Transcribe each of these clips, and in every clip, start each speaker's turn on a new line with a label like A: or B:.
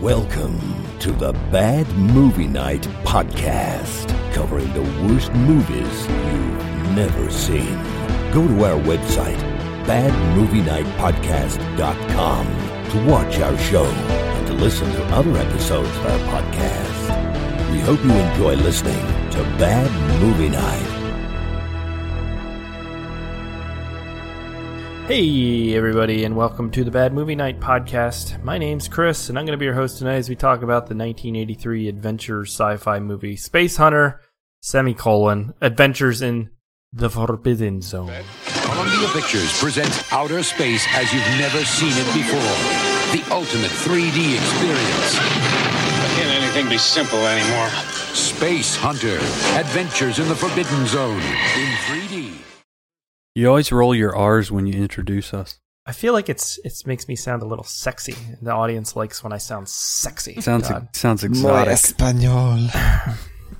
A: Welcome to the Bad Movie Night podcast, covering the worst movies you've never seen. Go to our website, badmovienightpodcast.com, to watch our show and to listen to other episodes of our podcast. We hope you enjoy listening to Bad Movie Night.
B: Hey, everybody, and welcome to the Bad Movie Night podcast. My name's Chris, and I'm going to be your host tonight as we talk about the 1983 adventure sci fi movie Space Hunter, semicolon, Adventures in the Forbidden Zone.
C: Columbia Pictures presents outer space as you've never seen it before. The ultimate 3D experience.
D: Can't anything be simple anymore?
C: Space Hunter. Adventures in the Forbidden Zone in 3D.
E: You always roll your R's when you introduce us.
B: I feel like it's it makes me sound a little sexy. The audience likes when I sound sexy.
E: Sounds
B: God.
E: sounds exotic.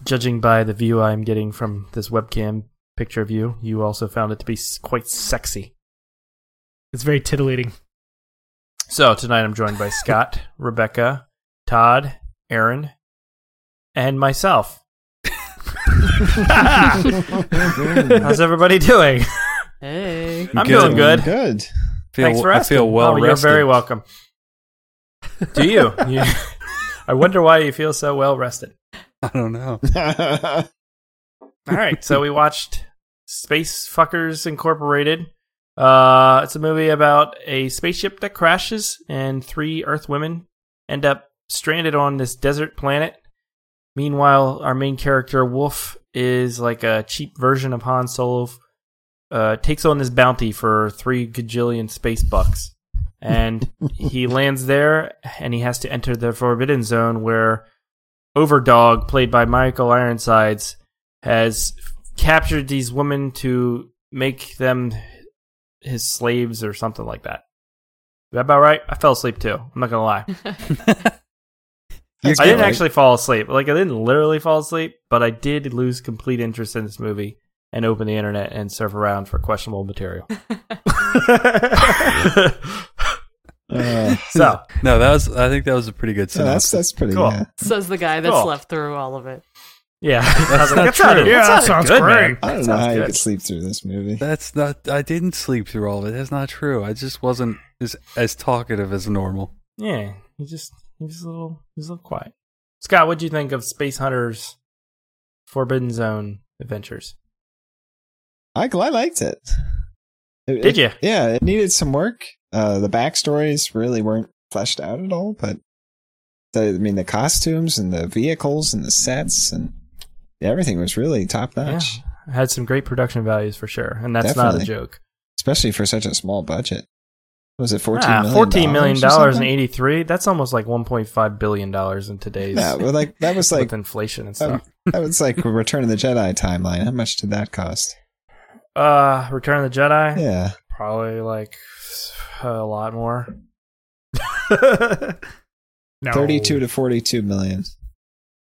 B: Judging by the view I'm getting from this webcam picture of you, you also found it to be s- quite sexy.
F: It's very titillating.
B: So tonight I'm joined by Scott, Rebecca, Todd, Aaron, and myself. How's everybody doing?
G: Hey.
B: I'm
E: Good.
B: doing good.
H: Good.
E: Feel-
B: Thanks for asking.
E: I feel well
B: oh,
E: rested.
B: You're very welcome. Do you? You- I wonder why you feel so well rested.
E: I don't know.
B: All right, so we watched Space Fuckers Incorporated. Uh, it's a movie about a spaceship that crashes, and three Earth women end up stranded on this desert planet. Meanwhile, our main character Wolf is like a cheap version of Han Solo. Uh, takes on this bounty for three gajillion space bucks, and he lands there, and he has to enter the Forbidden Zone, where Overdog, played by Michael Ironsides, has captured these women to make them his slaves or something like that. Is that about right? I fell asleep too. I'm not gonna lie. I didn't actually fall asleep. Like I didn't literally fall asleep, but I did lose complete interest in this movie and open the internet and surf around for questionable material.
H: Uh,
B: so
E: No, that was. I think that was a pretty good
H: so that's
E: synopsis.
H: that's pretty
B: Cool.
H: yeah.
G: Says the guy that
B: Cool.
G: slept through all of it.
B: yeah, I was
E: not
B: that sounded-
E: true.
B: that
F: Yeah, that
B: sounded
F: sounds
B: good, man.
F: great.
H: I don't know
B: sounds
H: how you
B: good.
H: could sleep through this movie.
E: That's not. I didn't sleep through all of it. That's not true. I just wasn't as as talkative as normal.
B: Yeah, he just he was a little he was a little quiet. Scott, what'd you think of Space Hunters Forbidden Zone adventures?
H: I I liked it. It-
B: Did
H: it-
B: ya?
H: Yeah, it needed some work. Uh, the backstories really weren't fleshed out at all, but the, I mean the costumes and the vehicles and the sets and everything was really top notch,
B: Yeah, had some great production values for sure, and that's not a
H: Definitely.
B: joke.
H: especially for such a small budget. Was it fourteen
B: Ah,
H: million?
B: $14 million dollars in
H: and
B: eighty three. That's almost like one point five billion dollars in today's
H: Yeah, well, like that was like
B: with inflation and
H: um,
B: stuff.
H: that was like Return of the Jedi timeline. How much did that cost?
B: uh, Return of the Jedi,
H: Yeah.
B: probably like a lot more.
F: No.
H: 32 to 42 million.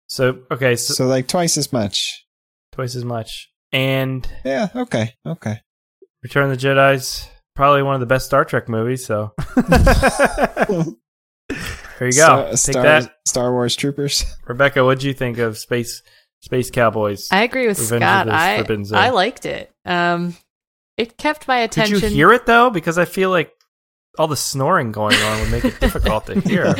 B: So okay, so,
H: So like twice as much.
B: twice as much, and
H: Yeah, okay. Okay.
B: Return of the Jedi's probably one of the best Star Trek movies. So There you go. Take
H: Star,
B: that,
H: Star Wars Troopers.
B: Rebecca. What would you think of Space Space Cowboys?
G: I agree with
B: Revenge of
G: Scott.
B: the
G: I
B: Forbidden Zone.
G: I liked it. Um it kept my
B: Did
G: attention.
B: you hear it though? Because I feel like all the snoring going on would make it difficult to hear.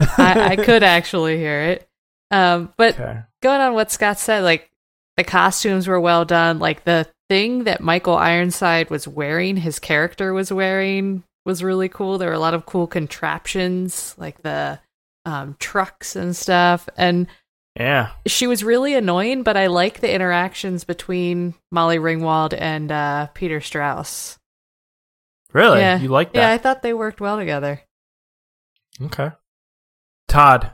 G: I, I could actually hear it. Um but
B: Okay.
G: going on what Scott said, like the costumes were well done. Like the thing that Michael Ironside was wearing, his character was wearing, was really cool. There were a lot of cool contraptions, like the um, trucks and stuff. And
B: Yeah.
G: she was really annoying, but I like the interactions between Molly Ringwald and uh, Peter Strauss.
B: Really?
G: Yeah.
B: You like
G: Yeah, I
B: that?
G: thought they worked well together.
B: Okay. Todd,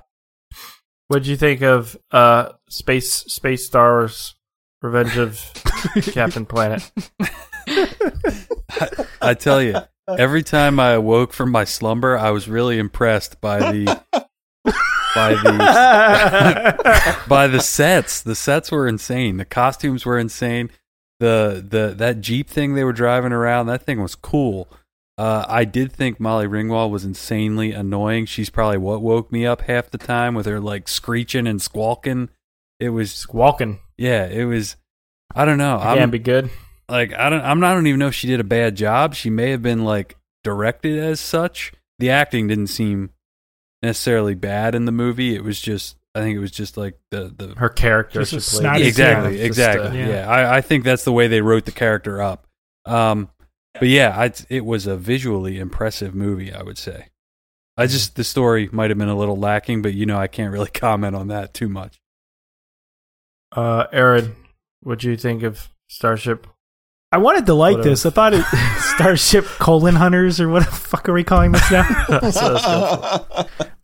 B: what did you think of uh Space Space Star Wars Revenge of Captain Planet?
E: I tell you, every time I awoke from my slumber, I was really impressed by the by the by the sets. The sets were insane. The costumes were insane. The the that Jeep thing they were driving around, that thing was cool. Uh, I did think Molly Ringwald was insanely annoying. She's probably what woke me up half the time with her like screeching and squawking. It was
B: Walking.
E: yeah, it was. I don't know.
B: Yeah,
E: I'm-
B: be good.
E: like I don't I'm not I don't even know if she did a bad job. She may have been like directed as such. The acting didn't seem necessarily bad in the movie. It was just I think it was just like the the
B: Her character.
F: Just a
B: she played.
F: snotty
E: exactly
B: Just, uh,
E: exactly
F: yeah.
E: yeah. I, I think that's the way they wrote the character up. Um, but yeah, I, it was a visually impressive movie. I would say. I just the story might have been a little lacking, but you know I can't really comment on that too much.
B: Uh, Aaron, what do you think of Starship?
F: I wanted to like
B: Whatever.
F: this. I thought it Starship Colon Hunters or what the fuck are we calling this now?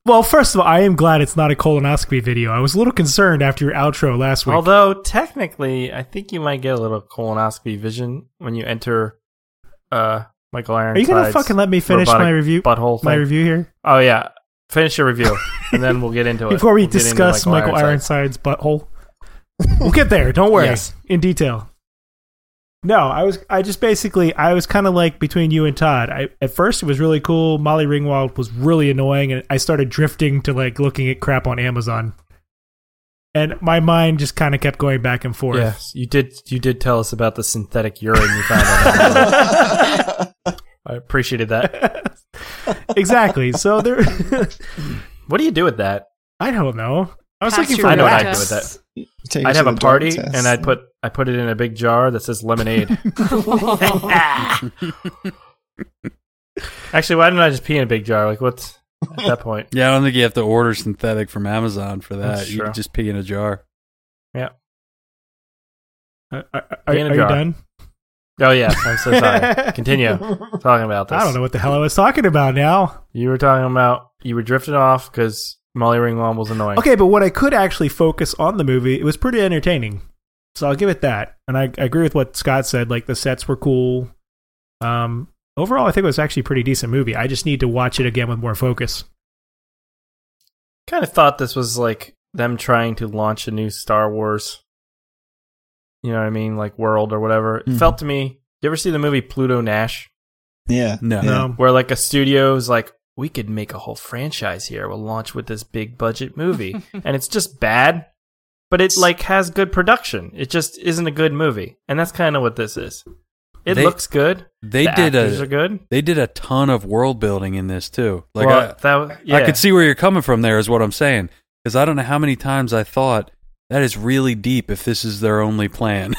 F: well, first of all, I am glad it's not a colonoscopy video. I was a little concerned after your outro last week.
B: Although technically, I think you might get a little colonoscopy vision when you enter. Uh, Michael Ironside's
F: are you gonna fucking let me finish my
B: robotic
F: review?
B: Butthole.
F: My
B: thing?
F: review here
B: Oh yeah, finish your review, and then we'll get into it
F: before we
B: We'll get into
F: discuss Michael,
B: Ironside.
F: Ironside's butthole. we'll get there. Don't worry.
G: Yes.
F: In detail. No, I was. I just basically. I was kind of like between you and Todd. I at first it was really cool. Molly Ringwald was really annoying, and I started drifting to like looking at crap on Amazon, and my mind just kind of kept going back and forth.
B: Yes, you did. You did tell us about the synthetic urine you found. on I appreciated that.
F: Exactly. So there.
B: What do you do with that?
F: I don't know. I was
G: Pass
F: looking
G: your
F: for
B: I know what
G: urine
B: I'd do
F: that.
B: with
G: test.
H: Take it
B: I'd
H: to
B: have
H: the
B: a
H: drug
B: party,
H: test.
B: and I'd put I put it in a big jar that says lemonade. Actually, why didn't I just pee in a big jar? Like, what's at that point?
E: Yeah, I don't think you have to order synthetic from Amazon for that.
B: That's
E: you
B: true.
E: can just pee in a jar.
F: Are, are- are
B: In a
F: you
B: jar.
F: done?
B: Oh yeah, I'm so sorry. Continue talking about this.
F: I don't know what the hell I was talking about now.
B: You were talking about you were drifting off because Molly Ringwald was annoying.
F: Okay, but when I could actually focus on the movie, it was pretty entertaining. So I'll give it that. And I, I agree with what Scott said. Like the sets were cool. Um, overall, I think it was actually a pretty decent movie. I just need to watch it again with more focus.
B: kind of thought this was like them trying to launch a new Star Wars, you know what I mean, like world or whatever. It
E: Mm-hmm.
H: Mhm.
B: felt to me. You ever see the movie Pluto Nash,
H: Yeah.
E: No.
H: Yeah.
F: Um,
B: where like a studio is like, we could make a whole franchise here. We'll launch with this big budget movie, and it's just bad, but it like has good production. It just isn't a good movie, and that's kind of what this is. It
E: They-
B: looks good.
E: They
B: the
E: did
B: actors
E: a
B: are good.
E: they did a ton of world building in this too. Like
B: well,
E: I,
B: that was, yeah.
E: I could see where you're coming from there is what I'm saying cuz I don't know how many times I thought that is really deep if this is their only plan.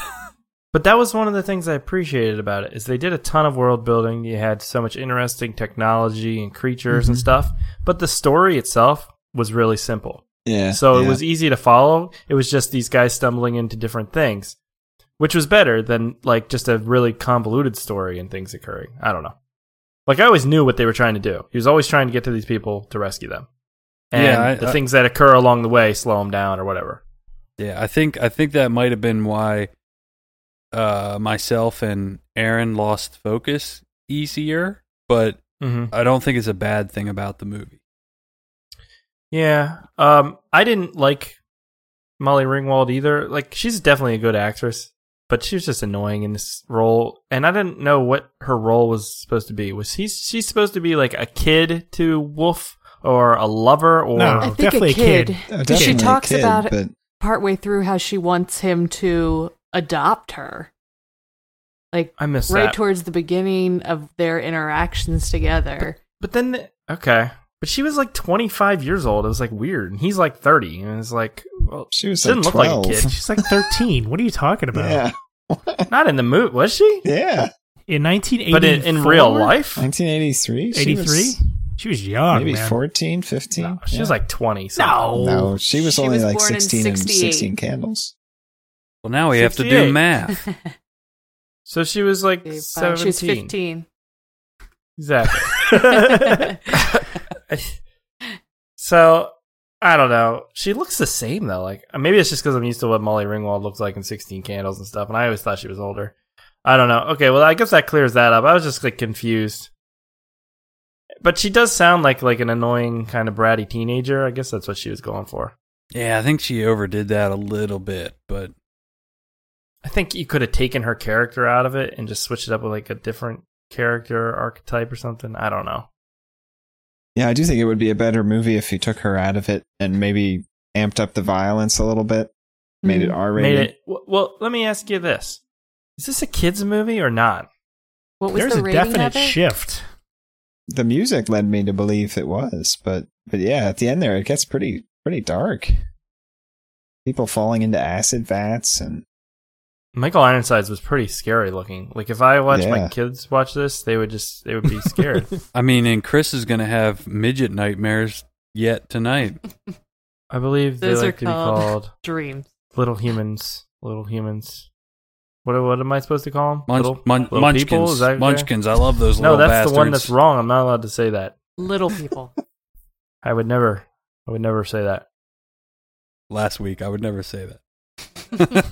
B: But that was one of the things I appreciated about it is they did a ton of world building. You had so much interesting technology and creatures and stuff, but the story itself was really simple.
H: Yeah.
B: so it
H: yeah.
B: was e- easy to follow. It was just these guys stumbling into different things, which was better than like just a really convoluted story and things occurring. I don't know. Like I always knew what they were trying to do. He was always trying to get to these people to rescue them. And
E: Yeah, I-
B: the
E: I-
B: things that occur along the way slow them down or whatever.
E: yeah, I think I think that might have been why uh myself and Aaron lost focus easier, but
B: Mm-hmm.
E: I don't think it's a bad thing about the movie.
B: Yeah. Um I didn't like Molly Ringwald either. Like she's definitely a good actress, but she was just annoying in this role and I didn't know what her role was supposed to be. Was he she's supposed to be like a kid to Wolf or a lover or
F: No.
G: I
F: Oh,
G: think
F: definitely
G: a
F: a
G: kid.
F: kid.
H: Oh,
G: But
H: definitely
G: she
H: a
G: talks
H: kid,
G: about it
H: but
G: partway through how she wants him to adopt her. Like
B: I missed
G: right
B: that.
G: towards the beginning of their interactions together.
B: but then okay. But she was like 25 years old. It was like weird. And he's like 30. And it's like, well,
H: She was, like,
B: didn't look like a
H: 12.
B: kid.
F: She's like 13. what are you talking about?
H: yeah,
B: Not in the mood, was she?
H: yeah.
F: In 1984.
B: But in, in real life?
H: 1983.
F: 83? She was young,
H: Maybe
F: man.
H: fourteen, fifteen. 14, 15.
B: No, she was
H: Yeah.
B: like 20.
F: No.
H: No, she was
G: She
H: only
G: was
H: like
G: born in
H: 16 and
G: 68.
H: 16 candles.
E: Well, now we have to do
B: 68.
E: math.
B: So she was like
G: She
B: 17.
G: was 15.
B: Exactly. so I don't know. She looks the same though. Like maybe it's just because I'm used to what Molly Ringwald looked like in Sixteen Candles and stuff, and I always thought she was older. I don't know. Okay, well I guess that clears that up. I was just like confused. But she does sound like like an annoying kind of bratty teenager. I guess that's what she was going for.
E: Yeah, I think she overdid that a little bit, but
B: I think you could have taken her character out of it and just switched it up with like a different character archetype or something. I don't know.
H: Yeah, I do think it would be a better movie if you took her out of it and maybe amped up the violence a little bit, made
G: Hmm. Mm.
H: it R rated.
B: Made it. w- Well, let me ask you this: Is this a kids' movie or not?
G: What was
F: There's
G: the
F: a
G: rating
F: definite
G: of it?
F: shift.
H: The music led me to believe it was, but but yeah, at the end there it gets pretty pretty dark. People falling into acid vats and
B: Michael Ironsides was pretty scary looking. Like if I watched my
H: Yeah.
B: kids watch this, they would just they would be scared.
E: I mean, and Chris is going to have midget nightmares yet tonight.
B: I believe they
G: Those
B: like
G: are
B: to
G: called-
B: be called
G: Dreams.
B: little humans. Little humans. What what am I supposed to call them?
E: Munch,
B: little,
E: mun-
B: little
E: munchkins,
B: people? Is that-
E: munchkins. I love those.
B: No,
E: little
B: that's the one
E: bastards.
B: that's wrong. I'm not allowed to say that.
G: Little people.
B: I would never. I would never say that.
E: Last week, I would never say that.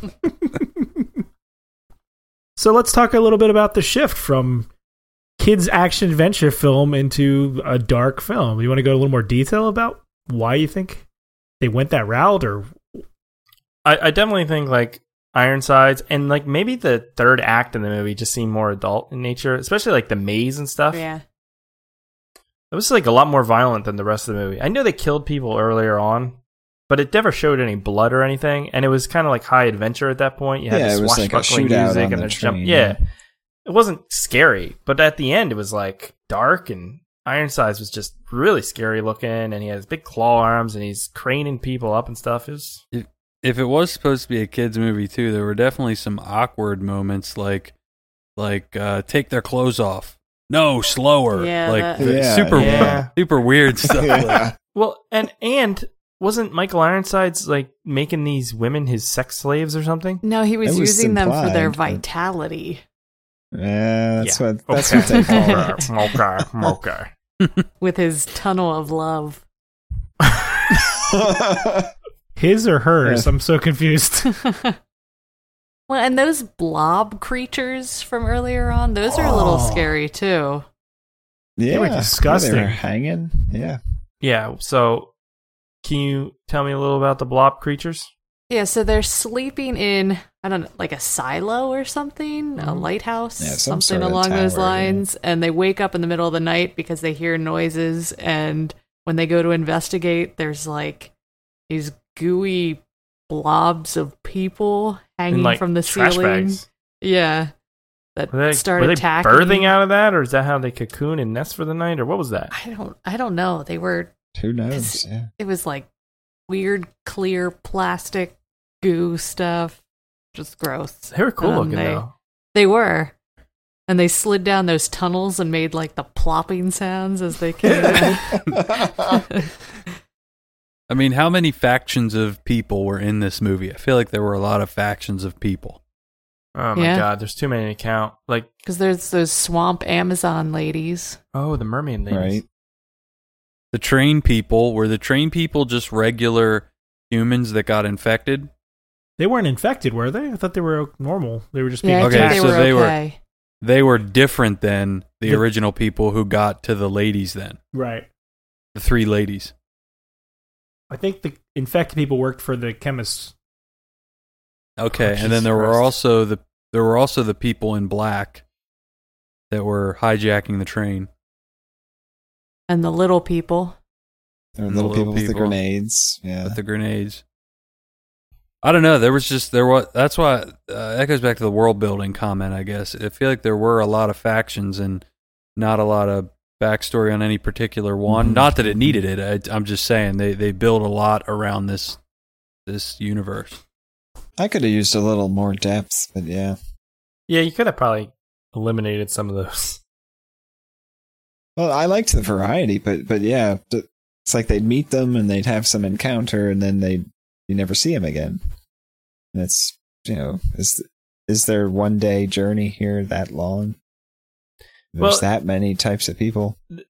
F: So let's talk a little bit about the shift from kids action adventure film into a dark film. You want to go a little more detail about why you think they went that route, or
B: I, I definitely think like Ironsides and like maybe the third act in the movie just seemed more adult in nature, especially like the maze and stuff.
G: yeah.
B: It was like a lot more violent than the rest of the movie. I know they killed people earlier on, but it never showed any blood or anything, and it was kind of like high adventure at that point. You had
H: Yeah,
B: the
H: it was like a
B: swashbuckling
H: shootout
B: music
H: on
B: and
H: the
B: the jump.
H: train,
B: Yeah. it wasn't scary, but at the end it was like dark and Ironsides was just really scary looking, and he has big claw arms and he's craning people up and stuff. It was
E: If it was supposed to be a kids movie too, there were definitely some awkward moments, like like uh, take their clothes off. No, slower.
G: Yeah,
E: like
G: that-
E: the
H: Yeah,
E: super
B: yeah.
E: super weird stuff. like-
B: Well, and and wasn't Michael Ironsides like making these women his sex slaves or something?
G: No, he was,
H: That was
G: using them for their
H: implied, but-
G: vitality,
H: yeah, that's
B: Yeah.
H: what that's
B: Okay.
H: what they call it.
B: okay, okay.
G: with his tunnel of love.
F: his or hers? I'm so confused.
G: Well, and those blob creatures from earlier on, those are a little
F: Oh.
G: scary too.
H: yeah,
F: were
H: yeah, they
F: disgusting.
H: hanging. Yeah,
B: Yeah. So, can you tell me a little about the blob creatures?
G: Yeah, so they're sleeping in I don't know, like a silo or something,
B: Mm-hmm.
G: a lighthouse,
H: Yeah, some sort
G: something
H: of
G: along those
H: tower, yeah.
G: lines, and they wake up in the middle of the night because they hear noises and when they go to investigate, there's like these gooey blobs of people hanging
B: In, like,
G: from the
B: trash
G: ceiling.
B: bags.
G: Yeah. That
B: Were they,
G: start
B: were they
G: attacking.
B: birthing out of that, or is that how they cocoon and nest for the night, or what was that?
G: I don't I don't know. They were
H: who knows? Yeah.
G: it was like weird clear plastic goo stuff. Just gross.
B: They were cool
G: Um,
B: looking
G: they-
B: though.
G: They were. And they slid down those tunnels and made like the plopping sounds as they came in.
E: I mean, how many factions of people were in this movie? I feel like there were a lot of factions of people.
B: Oh my
G: Yeah.
B: god, there's too many to count. Like,
G: Because there's those swamp Amazon ladies.
B: oh, the mermaid ladies.
H: Right.
E: The train people were the train people just regular humans that got infected.
F: They weren't infected, were they? I thought they were normal. They were just being
G: Yeah, I
E: Okay,
G: think they
E: so
G: were
E: they were-
G: okay.
E: They were different than the
F: The-
E: original people who got to the ladies then.
F: right.
E: The three ladies.
F: I think the infected people worked for the chemists.
E: Okay,
B: Oh,
E: and then
B: Jesus
E: there were
B: Christ.
E: also the there were also the people in black that were hijacking the train.
G: And the little people.
H: There were
E: And the
H: little,
E: little
H: people with the
E: people.
H: grenades. Yeah.
E: with the grenades. I don't know. There was just there was that's why uh, that goes back to the world building comment. I guess I feel like there were a lot of factions and not a lot of backstory on any particular one.
H: Mhm.
E: Not that it needed it. I, I'm just saying they they build a lot around this this universe.
H: I could have used a little more depth, but yeah.
B: Yeah, you could have probably eliminated some of those.
H: Well, I liked the variety, but but yeah, th- it's like they'd meet them and they'd have some encounter, and then they you never see them again. And it's you know is is their one day journey here that long? There's
B: Well-
H: that many types of people.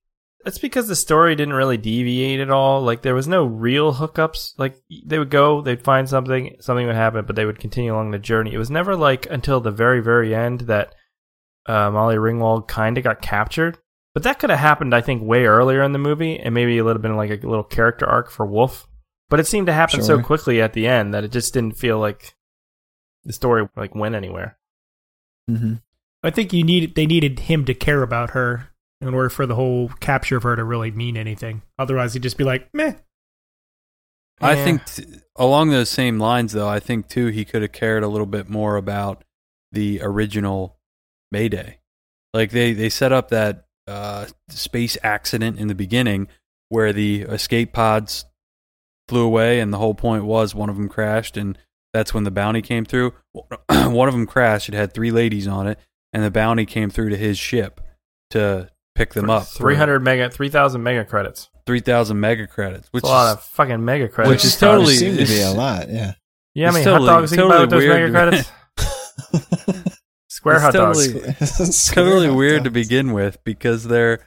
B: That's because the story didn't really deviate at all. Like there was no real hookups. Like they would go, they'd find something, something would happen, but they would continue along the journey. It was never like until the very, very end that uh, Molly Ringwald kind of got captured. But that could have happened, I think, way earlier in the movie, and maybe it would have been like a little character arc for Wolf. But it seemed to happen so
H: Sure.
B: quickly at the end that it just didn't feel like the story like went anywhere.
H: Mm-hmm.
F: I think you need they needed him to care about her in order for the whole capture of her to really mean anything. Otherwise, he'd just be like, meh.
E: I
B: Yeah.
E: think t- along those same lines, though, I think too he could have cared a little bit more about the original Mayday. Like they they set up that uh, space accident in the beginning where the escape pods flew away, and the whole point was one of them crashed, and that's when the bounty came through. one of them crashed; it had three ladies on it, and the bounty came through to his ship to pick them up. for
B: uh, Three hundred mega, three thousand mega credits.
E: 3,000 mega credits, which
B: That's a lot
E: is
B: of fucking mega credits.
E: Which is
H: There
E: totally-
H: seemed to be a
E: it's-
H: lot. Yeah.
B: Yeah, I
E: It's
B: mean,
E: totally-
B: hot dogs you can buy with those
E: totally
B: mega
E: weird, man.
B: credits. Square
E: It's
B: hot dogs.
E: totally- It's totally weird to begin with because they're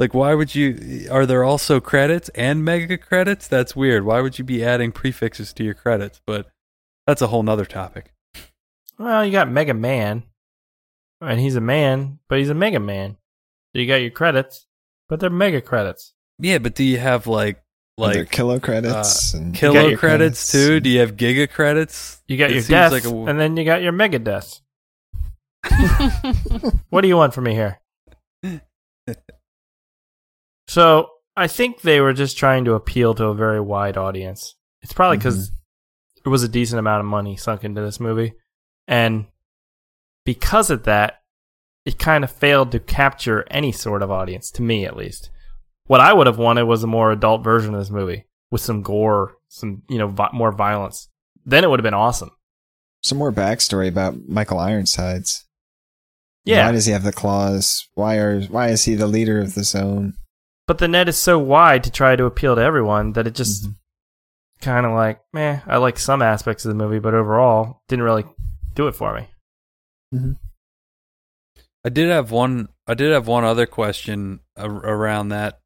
E: like, why would you? Are there also credits and mega credits? That's weird. Why would you be adding prefixes to your credits? But that's a whole nother topic.
B: Well, you got Mega Man, and he's a man, but he's a Mega Man. So you got your credits, but they're mega credits.
E: Yeah, but do you have like
H: Like
E: like
H: kilo
E: uh,
H: credits and
B: got
E: kilo
B: your
E: credits too? Do you have giga credits?
B: You got
E: It
B: your
E: seems
B: death,
E: like a-
B: and then you got your mega death. what do you want from me here? so I think they were just trying to appeal to a very wide audience. It's probably because it was a decent amount of money sunk into this movie, and because of that, it kind of failed to capture any sort of audience to me, at least. What I would have wanted was a more adult version of this movie with some gore, some you know vi- more violence. Then it would have been awesome.
H: Some more backstory about Michael Ironsides.
B: Yeah,
H: Why does he have the claws? Why are why is he the leader of the zone?
B: but the net is so wide to try to appeal to everyone that it just kind of like, meh, I like some aspects of the movie, but overall, didn't really do it for me.
E: I did have one. I did have one other question a- around that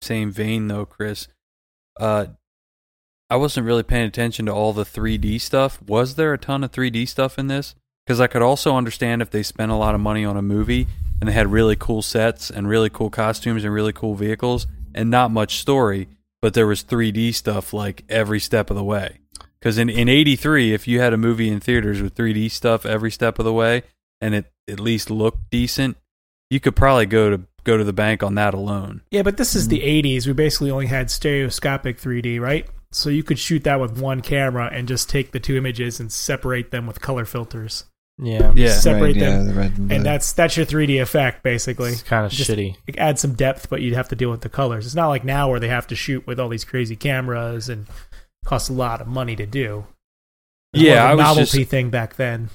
E: same vein, though, Chris. Uh, I wasn't really paying attention to all the 3D stuff. Was there a ton of 3D stuff in this? Because I could also understand if they spent a lot of money on a movie and they had really cool sets and really cool costumes and really cool vehicles and not much story, but there was 3D stuff like every step of the way. Because in, in 83, if you had a movie in theaters with 3D stuff every step of the way and it at least looked decent, you could probably go to go to the bank on that alone.
F: Yeah, but this is the 80s. We basically only had stereoscopic 3D, right? So you could shoot that with one camera and just take the two images and separate them with color filters.
B: Yeah,
E: Yeah.
F: Separate
H: Right, yeah,
F: them.
H: the red and blue.
F: and that's that's your 3D effect basically.
B: it's kind of
F: Just-
B: shitty.
F: Like, add some depth, but you'd have to deal with the colors. It's not like now where they have to shoot with all these crazy cameras and costs a lot of money to do. It was
E: Yeah,
F: more
E: I
F: of a
E: was
F: novelty
E: just-
F: thing back then.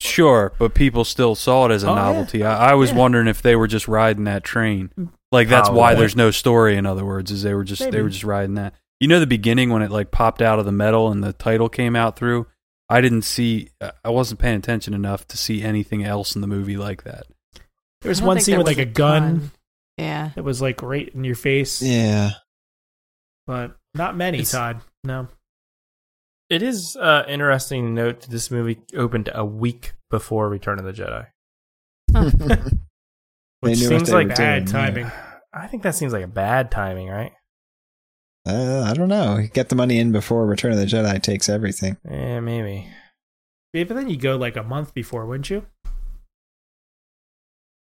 E: Sure, but people still saw it as a
F: Oh, yeah.
E: novelty. I, I was
F: Yeah.
E: wondering if they were just riding that train. Like that's
B: Probably.
E: why there's no story. In other words, is they were just they
F: Maybe.
E: were just riding that. You know, the beginning when it like popped out of the metal and the title came out through. I didn't see. I- I wasn't paying attention enough to see anything else in the movie like that.
F: There was
G: I don't
F: one
G: think
F: scene
G: there
F: with
G: was
F: like a
G: a
F: gun
G: ton. yeah.
F: that was like right in your face,
H: yeah.
F: but not many,
B: It's-
F: Todd. No.
B: It is uh, interesting to note that this movie opened a week before Return of the Jedi.
H: They
B: Which
H: knew what
B: seems
H: they
B: like
H: were
F: bad
H: doing. yeah.
F: timing.
B: I think that seems like a bad timing, right?
H: Uh, I don't know. Get the money in before Return of the Jedi takes everything.
B: Yeah, maybe.
F: Yeah, but then you go like a month before, wouldn't you?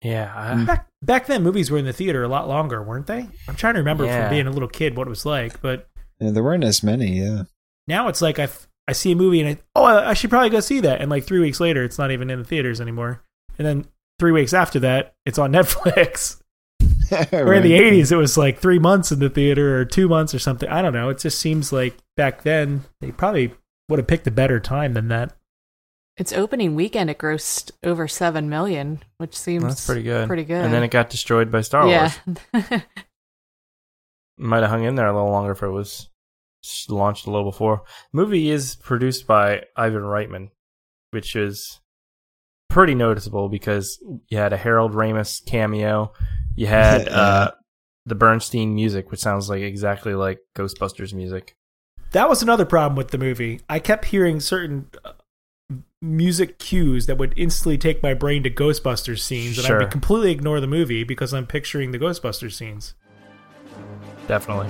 B: Yeah, I,
F: Back back then movies were in the theater a lot longer, weren't they? I'm trying to remember
B: Yeah.
F: from being a little kid what it was like, but
H: Yeah, there weren't as many. Yeah.
F: now it's like I, f- I see a movie and I oh I I should probably go see that and like three weeks later it's not even in the theaters anymore and then three weeks after that it's on Netflix. Where in the
H: Right.
F: eighties it was like three months in the theater or two months or something. I don't know. It just seems like back then they probably would have picked a better time than that.
G: Its opening weekend, it grossed over seven million, which seems
B: That's pretty good.
G: Pretty good.
B: And then it got destroyed by Star
G: yeah.
B: Wars. Might have hung in there a little longer if it was s- launched a little before. Movie is produced by Ivan Reitman, which is pretty noticeable because you had a Harold Ramis cameo. You had
H: Yeah.
B: uh, the Bernstein music, which sounds like exactly like Ghostbusters music.
F: That was another problem with the movie. I kept hearing certain uh, music cues that would instantly take my brain to Ghostbusters scenes, and I
B: Sure.
F: would completely ignore the movie because I'm picturing the Ghostbusters scenes.
B: Definitely.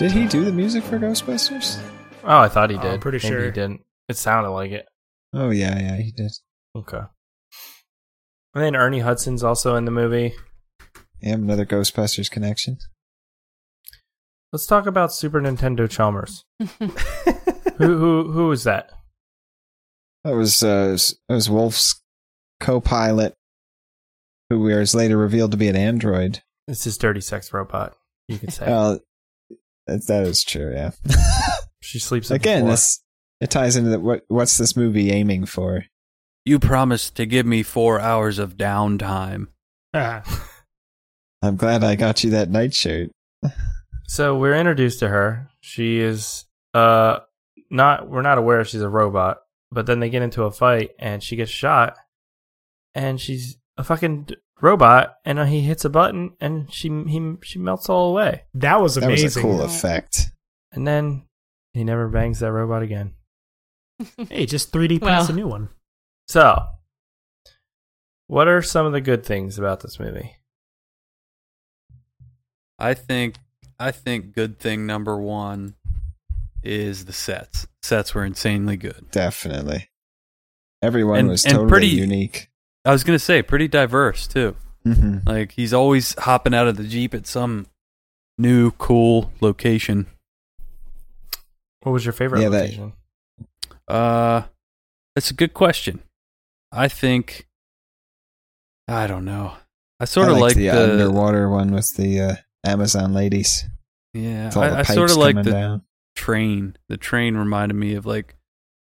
H: Did he do the music for Ghostbusters?
B: Oh, I thought he
F: Oh,
B: did.
F: I'm pretty
B: Maybe
F: sure.
B: he didn't. It sounded like it.
H: Oh yeah, yeah, he did.
B: Okay. And then Ernie Hudson's also in the movie.
H: Yeah, another Ghostbusters connection.
B: Let's talk about Super Nintendo Chalmers. who who who is that?
H: That was uh, s- that was Wolf's co-pilot, who was later revealed to be an android.
B: It's his dirty sex robot. You could say
H: Well, that, that is true. Yeah.
B: she sleeps with the
H: Again,
B: floor.
H: this it ties into the, what what's this movie aiming for?
E: You promised to give me four hours of downtime.
F: Ah,
H: I'm glad I got you that nightshirt.
B: So we're introduced to her. She is uh not we're not aware she's a robot, but then they get into a fight and she gets shot and she's a fucking d- robot and uh, he hits a button and she he she melts all away.
F: that was
H: That
F: amazing.
H: was a cool effect.
B: And then he never bangs that robot again.
F: Hey, just 3D prints a
G: Well.
F: new one.
B: So, what are some of the good things about this movie?
E: I think I think good thing number one is the sets. Sets were insanely good.
H: Definitely. Everyone
E: And-
H: was
E: and
H: totally
E: pretty-
H: unique.
E: I was gonna say pretty diverse too.
H: hmm
E: Like he's always hopping out of the jeep at some new cool location.
B: What was your favorite
H: Yeah, that-
B: location?
E: Uh, that's a good question. I think I don't know. I sort of like
H: the,
E: the,
H: underwater one with the uh, Amazon ladies.
E: yeah.
H: With all the
E: I, I
H: pipes
E: sort of like
H: coming
E: the
H: down.
E: train. The train reminded me of like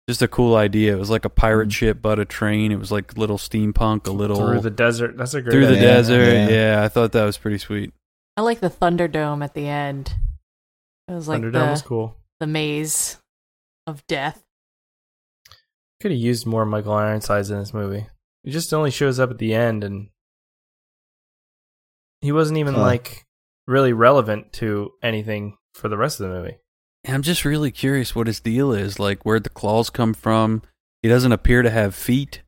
E: just a cool idea. It was like a pirate
H: Mhm.
E: ship, but a train. It was like little steampunk, a little
B: Mm-hmm. Through the desert. That's a great.
E: through the
H: Yeah,
E: desert. Yeah.
H: yeah.
E: I thought that was pretty sweet.
G: I like the Thunderdome at the end. It was like
B: Thunderdome
G: the,
B: was cool.
G: the maze of death.
B: Could have used more Michael Ironsides in this movie. He just only shows up at the end, and he wasn't even
H: Huh.
B: like really relevant to anything for the rest of the movie.
E: And I'm just really curious what his deal is. Like where'd the claws come from? He doesn't appear to have feet.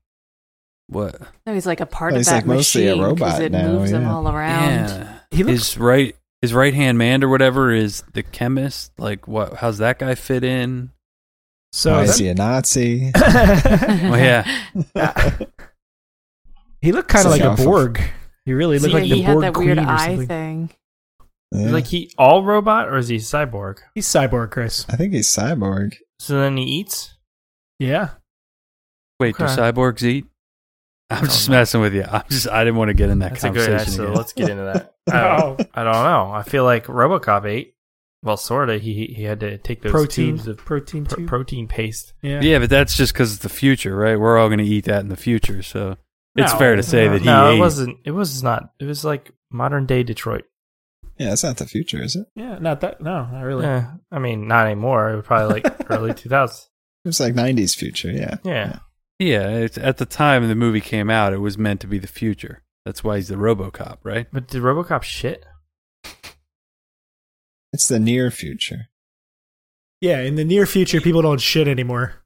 E: What?
G: No, he's like a part
H: Well,
G: of
H: Oh, he's,
G: that
H: like, mostly a
G: machine 'cause
H: robot
G: it
H: now,
G: moves him
H: yeah.
G: all around.
E: Yeah.
F: He looks-
E: his right his right hand man or whatever is the chemist. Like what? How's that guy fit in?
F: So
H: Why is
F: that-
H: he a Nazi?
E: Oh yeah,
F: he looked kind
H: So
F: of like a
H: powerful.
F: Borg. He really
G: See,
F: looked like
G: he
F: the
G: had
F: Borg
G: that
F: queen
G: weird
F: or
G: eye
F: something.
G: thing.
H: Yeah.
B: Is like he all robot or is he cyborg?
F: He's cyborg, Chris.
H: I think he's cyborg.
B: So then he eats.
F: Yeah.
E: Wait, do
B: Okay.
E: cyborgs eat? I'm
B: don't
E: just
B: know.
E: messing with you. I'm just I didn't want to get in that
B: That's a good
E: conversation.
B: answer. So
E: again.
B: let's get into that. I don't,
G: Oh.
B: I don't know. I feel like RoboCop ate. Well, sorta. He he had to take those
F: Protein.
B: tubes of
F: protein
B: pr-
F: tube.
B: protein paste.
F: yeah.
E: yeah, but that's just because it's the future, right? We're all going to eat that in the future, so it's
F: No,
E: fair to say
F: no,
E: that he
B: no,
E: ate.
B: it wasn't. It was not. It was like modern day Detroit.
H: Yeah, that's not the future, is it?
F: Yeah, not that. No, not really.
B: Yeah, I mean, not anymore. It was probably like early 2000s.
H: It was like '90s future. Yeah.
B: Yeah.
E: Yeah, it's, at the time the movie came out, it was meant to be the future. That's why he's the RoboCop, right?
B: But did RoboCop shit?
H: It's the near future.
F: Yeah, in the near future, people don't shit anymore.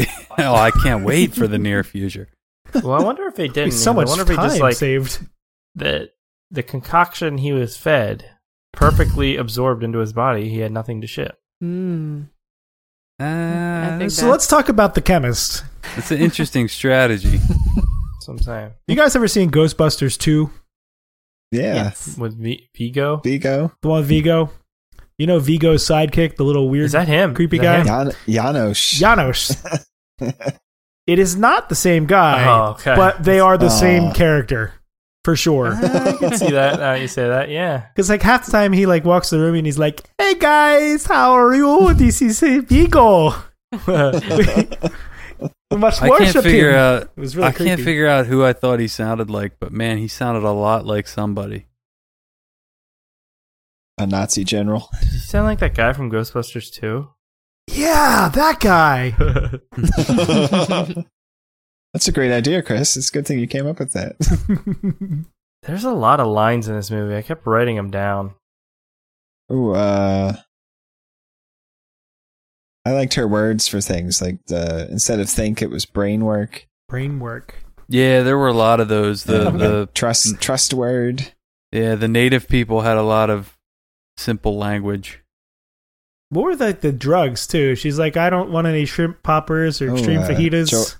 E: oh, I can't wait for the near future.
B: Well, I wonder if they didn't.
F: so much
B: I wonder if
F: time
B: he just like
F: saved.
B: the the concoction he was fed perfectly absorbed into his body. He had nothing to shit.
G: Mm.
E: Uh,
G: think-
F: So let's talk about the chemist.
E: it's an interesting strategy.
B: That's what I'm saying.
F: You guys ever seen Ghostbusters 2?
H: Yeah.
G: Yes.
B: With v- Vigo,
H: Vigo.
F: The one with Vigo? You know Vigo's sidekick, the little weird
B: is that him?
F: creepy
B: Is that
F: guy?
B: him?
H: Jan- Janos.
F: Janos. It is not the same guy,
B: Oh, okay.
F: but they are the same
H: Aw.
F: character for sure.
B: Ah, I can see that now you say that. Yeah.
F: Because like half the time he like walks the room and he's like, "Hey guys, how are you? This is uh, Beagle. we must
E: I can't
F: worship
E: figure
F: him."
E: out.
F: It was really
E: I can't
F: creepy.
E: figure out who I thought he sounded like, but man, he sounded a lot like somebody.
H: A Nazi general.
B: Did you sound like that guy from Ghostbusters too?
F: Yeah, that guy.
H: That's a great idea, Chris. It's a good thing you came up with that.
B: There's a lot of lines in this movie. I kept writing them down.
H: Ooh, uh, I liked her words for things like the instead of think, it was brain work.
F: Brain work.
E: Yeah, there were a lot of those. The
H: Um,
E: the
H: trust trust word.
E: yeah, the native people had a lot of simple language.
F: What were like the drugs too? She's like, I don't want any shrimp poppers or
H: Oh,
F: extreme
H: uh,
F: fajitas.
H: jo-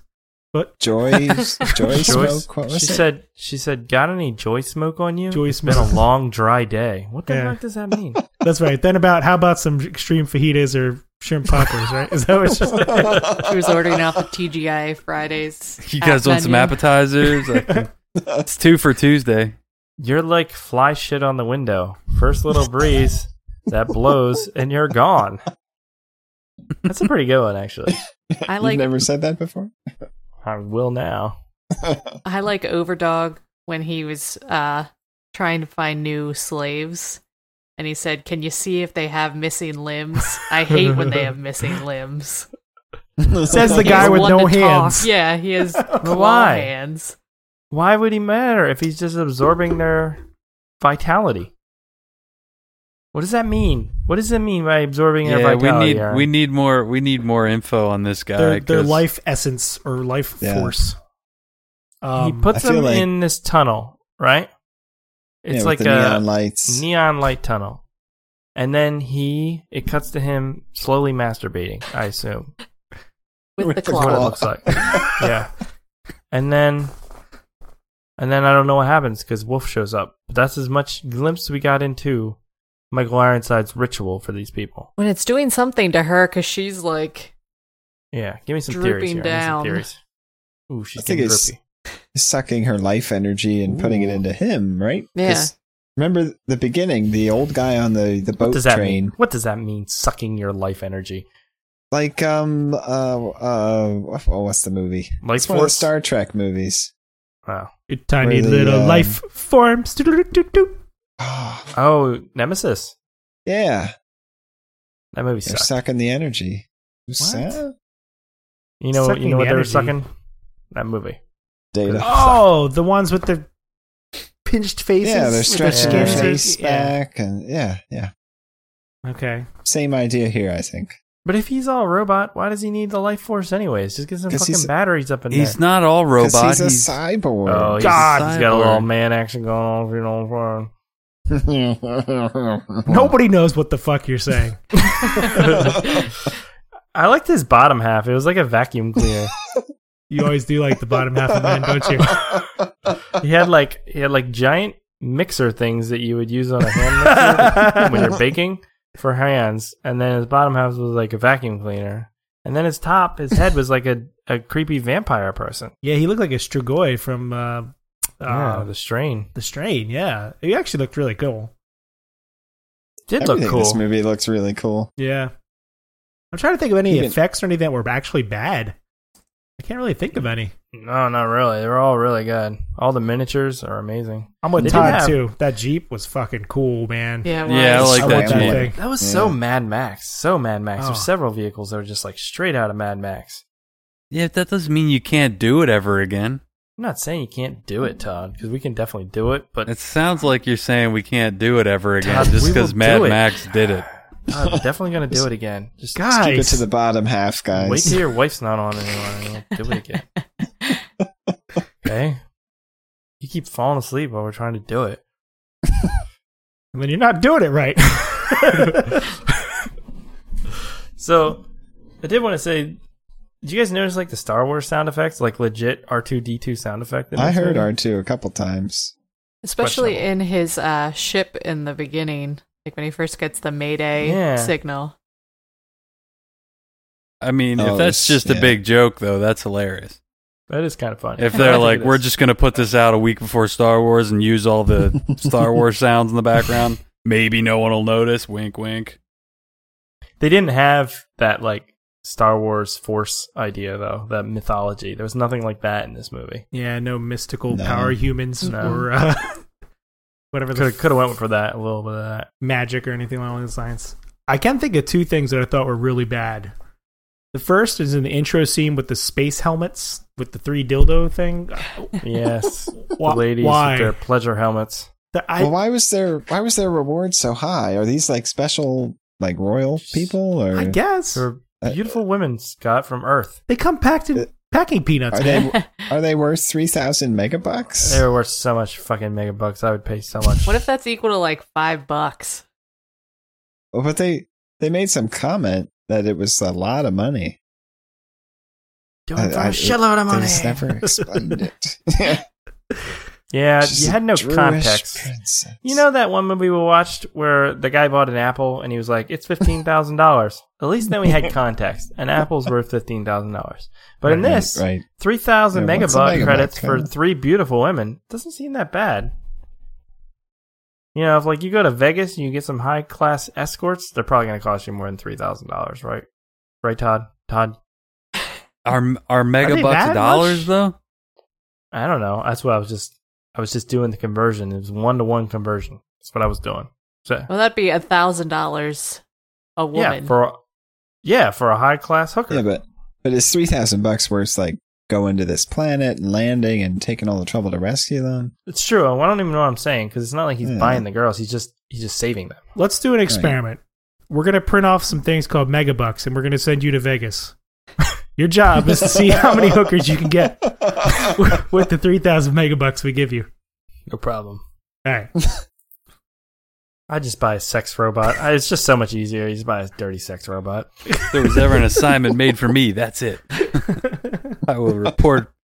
F: but
H: Joy, joy smoke. What
B: she
H: was it?
B: said. She said, "Got any joy smoke on you?
F: Joy
B: It's been a
F: smoke.
B: long dry day. What the
F: Yeah.
B: fuck does that mean?
F: that's right. Then about how about some extreme fajitas or shrimp poppers? Right? Is that what she
G: She was ordering off the TGI Fridays.
E: You guys
G: app
E: want some
G: menu.
E: appetizers? I can- it's two for Tuesday.
B: You're like fly shit on the window. First little breeze that blows, and you're gone. That's a pretty good one, actually.
G: I
H: You've
G: like
H: never said that before.
B: I will now.
G: I like Overdog when he was uh, trying to find new slaves. And he said, Can you see if they have missing limbs? I hate when they have missing limbs.
F: says? The
G: He
F: guy
G: has
F: with
G: one
F: no
G: to talk.
F: hands.
G: Yeah, he has claw
B: Why?
G: hands.
B: Why would he matter if he's just absorbing their vitality? What does that mean? What does it mean by absorbing their
E: Yeah, we
B: vitality?
E: need
B: Aaron?
E: we need more we need more info on this guy.
F: their, their
E: 'cause-
F: life essence or life
H: Yeah.
F: force. Um,
B: he
H: I
B: puts
H: feel
B: them
H: like-
B: in this tunnel, right? It's
H: Yeah, with
B: like
H: the
B: a
H: neon lights.
B: neon light tunnel, and then he it cuts to him slowly masturbating. I assume
G: With,
H: With
G: the
H: the
B: is what it
G: claw.
H: claw.
B: looks like. yeah, and then and then I don't know what happens because Wolf shows up. But that's as much glimpse we got into Michael Ironside's ritual for these people.
G: When it's doing something to her, because she's like,
B: Yeah, give me some theories
G: Drooping
B: here. I need some
G: down.
B: theories. Ooh, she's
H: I think
B: getting
H: it's-
B: droopy.
H: sucking her life energy and putting it
B: Ooh.
H: into him, right?
G: Yeah.
H: 'Cause Remember th- the beginning, the old guy on the, the
B: What
H: boat
B: does that
H: train,
B: mean? What does that mean? Sucking your life energy.
H: like um uh uh wha- oh, what's the movie?
B: Life
H: it's one of the
B: Force?
H: Star Trek movies.
B: Wow.
F: your tiny
H: Where the,
F: little
H: um,
F: life forms. Doo-doo-doo-doo-doo.
B: Oh, Nemesis.
H: yeah,
B: That movie
H: they're
B: sucks.
H: sucking the energy. Who's
B: What?
H: that?
B: You know,
F: Sucking
B: you know what
F: the
B: they were
F: energy.
B: sucking? That movie.
H: Data.
F: Oh, the ones with the pinched faces.
H: yeah, they're
F: with
H: stretching
B: their
H: their
F: scanners.
H: face
F: Yeah.
H: back, and yeah, yeah.
F: Okay.
H: Same idea here, I think.
B: But if he's all robot, why does he need the life force anyways? Just get some
H: 'Cause
B: fucking
H: he's-
B: batteries up in
E: He's
B: there.
E: not all
H: 'Cause
E: robot.
H: he's a
E: he's-
H: cyborg.
B: oh, he's
F: God,
B: he's got a little
E: cyborg.
B: man action going on. You know, for him.
F: Nobody knows what the fuck you're saying.
B: I liked his bottom half. It was like a vacuum cleaner.
F: You always do like the bottom half of man, don't you?
B: he had like he had like giant mixer things that you would use on a hand mixer when you're baking for hands, and then his bottom half was like a vacuum cleaner, and then his top, his head was like a a creepy vampire person.
F: Yeah, he looked like a Strigoi from uh, uh,
B: Yeah, the strain
F: the Strain. Yeah, he actually looked really cool.
B: did
H: Everything
B: look
H: in This
B: cool.
H: movie looks really cool.
F: Yeah, I'm trying to think of any
H: Even-
F: effects or anything that were actually bad. I can't really think of any.
B: No, not really. They were all really good. All the miniatures are amazing.
F: I'm with
B: They did
F: Todd
B: have-
F: too. That Jeep was fucking cool, man.
G: Yeah, well,
E: yeah, I like
F: I
E: that.
F: want that
E: Gene.
F: thing.
B: That was
H: Yeah.
B: so Mad Max. So Mad Max.
F: Oh.
B: There's several vehicles that were just like straight out of Mad Max.
E: Yeah, that doesn't mean you can't do it ever again.
B: I'm not saying you can't do it, Todd, because we can definitely do it. But
E: It sounds like you're saying we can't do it ever again
B: Todd,
E: just
B: we will
E: because Mad
B: do it.
E: Max did it.
B: Todd, we're definitely gonna do it again. Just
F: Guys,
H: Keep it to the bottom half, guys.
B: Wait till your wife's not on anymore. and we'll Do it again. Okay. You keep falling asleep while we're trying to do it.
F: and then you're not doing it right.
B: So, I did want to say, did you guys notice like the Star Wars sound effects, like legit R two D two sound effect? that
H: I
B: makes
H: heard
B: it?
H: R2 a couple times.
G: especially in
B: questionable.
G: his uh, ship in the beginning, like when he first gets the Mayday
B: Yeah.
G: signal.
E: I mean,
H: Oh,
E: if that's
H: it's-
E: just a
H: yeah.
E: big joke, though, that's hilarious.
B: That is kind of funny.
E: If
B: I
E: they're
B: think
E: like,
B: it
E: we're
B: is.
E: just going to put this out a week before Star Wars and use all the Star Wars sounds in the background, maybe no one will notice. Wink, wink.
B: they didn't have that like Star Wars Force idea though. That mythology. There was nothing like that in this movie.
F: Yeah, no mystical
H: No.
F: power humans
B: No.
F: or uh, whatever the
B: Could could have went for that a little bit of that.
F: magic or anything along those lines. I can think of two things that I thought were really bad. The first is in the intro scene with the space helmets with the three dildo thing.
B: Yes,
F: Wh-
B: the ladies
F: why?
B: with their pleasure helmets.
F: The- I,
H: well, why was their why was their reward so high? Are these like special like royal people or
F: I guess
B: They're beautiful women, Scott from Earth.
F: they come packed in
H: Uh,
F: packing peanuts.
H: are
F: man.
H: they are they worth three thousand megabucks?
B: They were worth so much fucking mega bucks. I would pay so much.
G: What if that's equal to like five bucks?
H: Oh, But they they made some comment that it was a lot of money.
B: Do
H: I-
B: it for
H: I-
B: a shitload of
H: They
B: money.
H: just never explained it.
B: yeah,
H: She's
B: you
H: a
B: had no
H: Jewish
B: context.
H: princess.
B: You know that one movie we watched where the guy bought an apple and he was like, "It's fifteen thousand dollars." At least then we had context. An apple's worth fifteen thousand dollars, but in
H: Right,
B: this,
H: right.
B: three thousand
H: Yeah, what's a
B: megabuck
H: megabuck,
B: credits for
H: huh?
B: three beautiful women doesn't seem that bad. You know, if like you go to Vegas and you get some high class escorts, they're probably going to cost you more than three thousand dollars, right? Right, Todd? Todd?
E: Are, are
F: they
E: megabucks
F: that much?
E: dollars, though?
B: I don't know. That's what I was just. I was just doing the conversion. It was one to one conversion. That's what I was doing. So
G: Well, that'd be a thousand dollars a woman.
B: Yeah, for yeah, for a high class hooker.
H: Yeah, but but is three thousand bucks worth like going to this planet and landing and taking all the trouble to rescue them?
B: it's true. I don't even know what I'm saying because it's not like he's
H: Yeah.
B: buying the girls. He's just he's just saving them.
F: Let's do an experiment. We're gonna print off some things called megabucks, and we're gonna send you to Vegas. Your job is to see how many hookers you can get with the three thousand megabucks we give you.
B: No problem.
F: All right,
B: I just buy a sex robot. I, it's just so much easier. You just buy a dirty sex robot.
E: If there was ever an assignment made for me, that's it. I will report.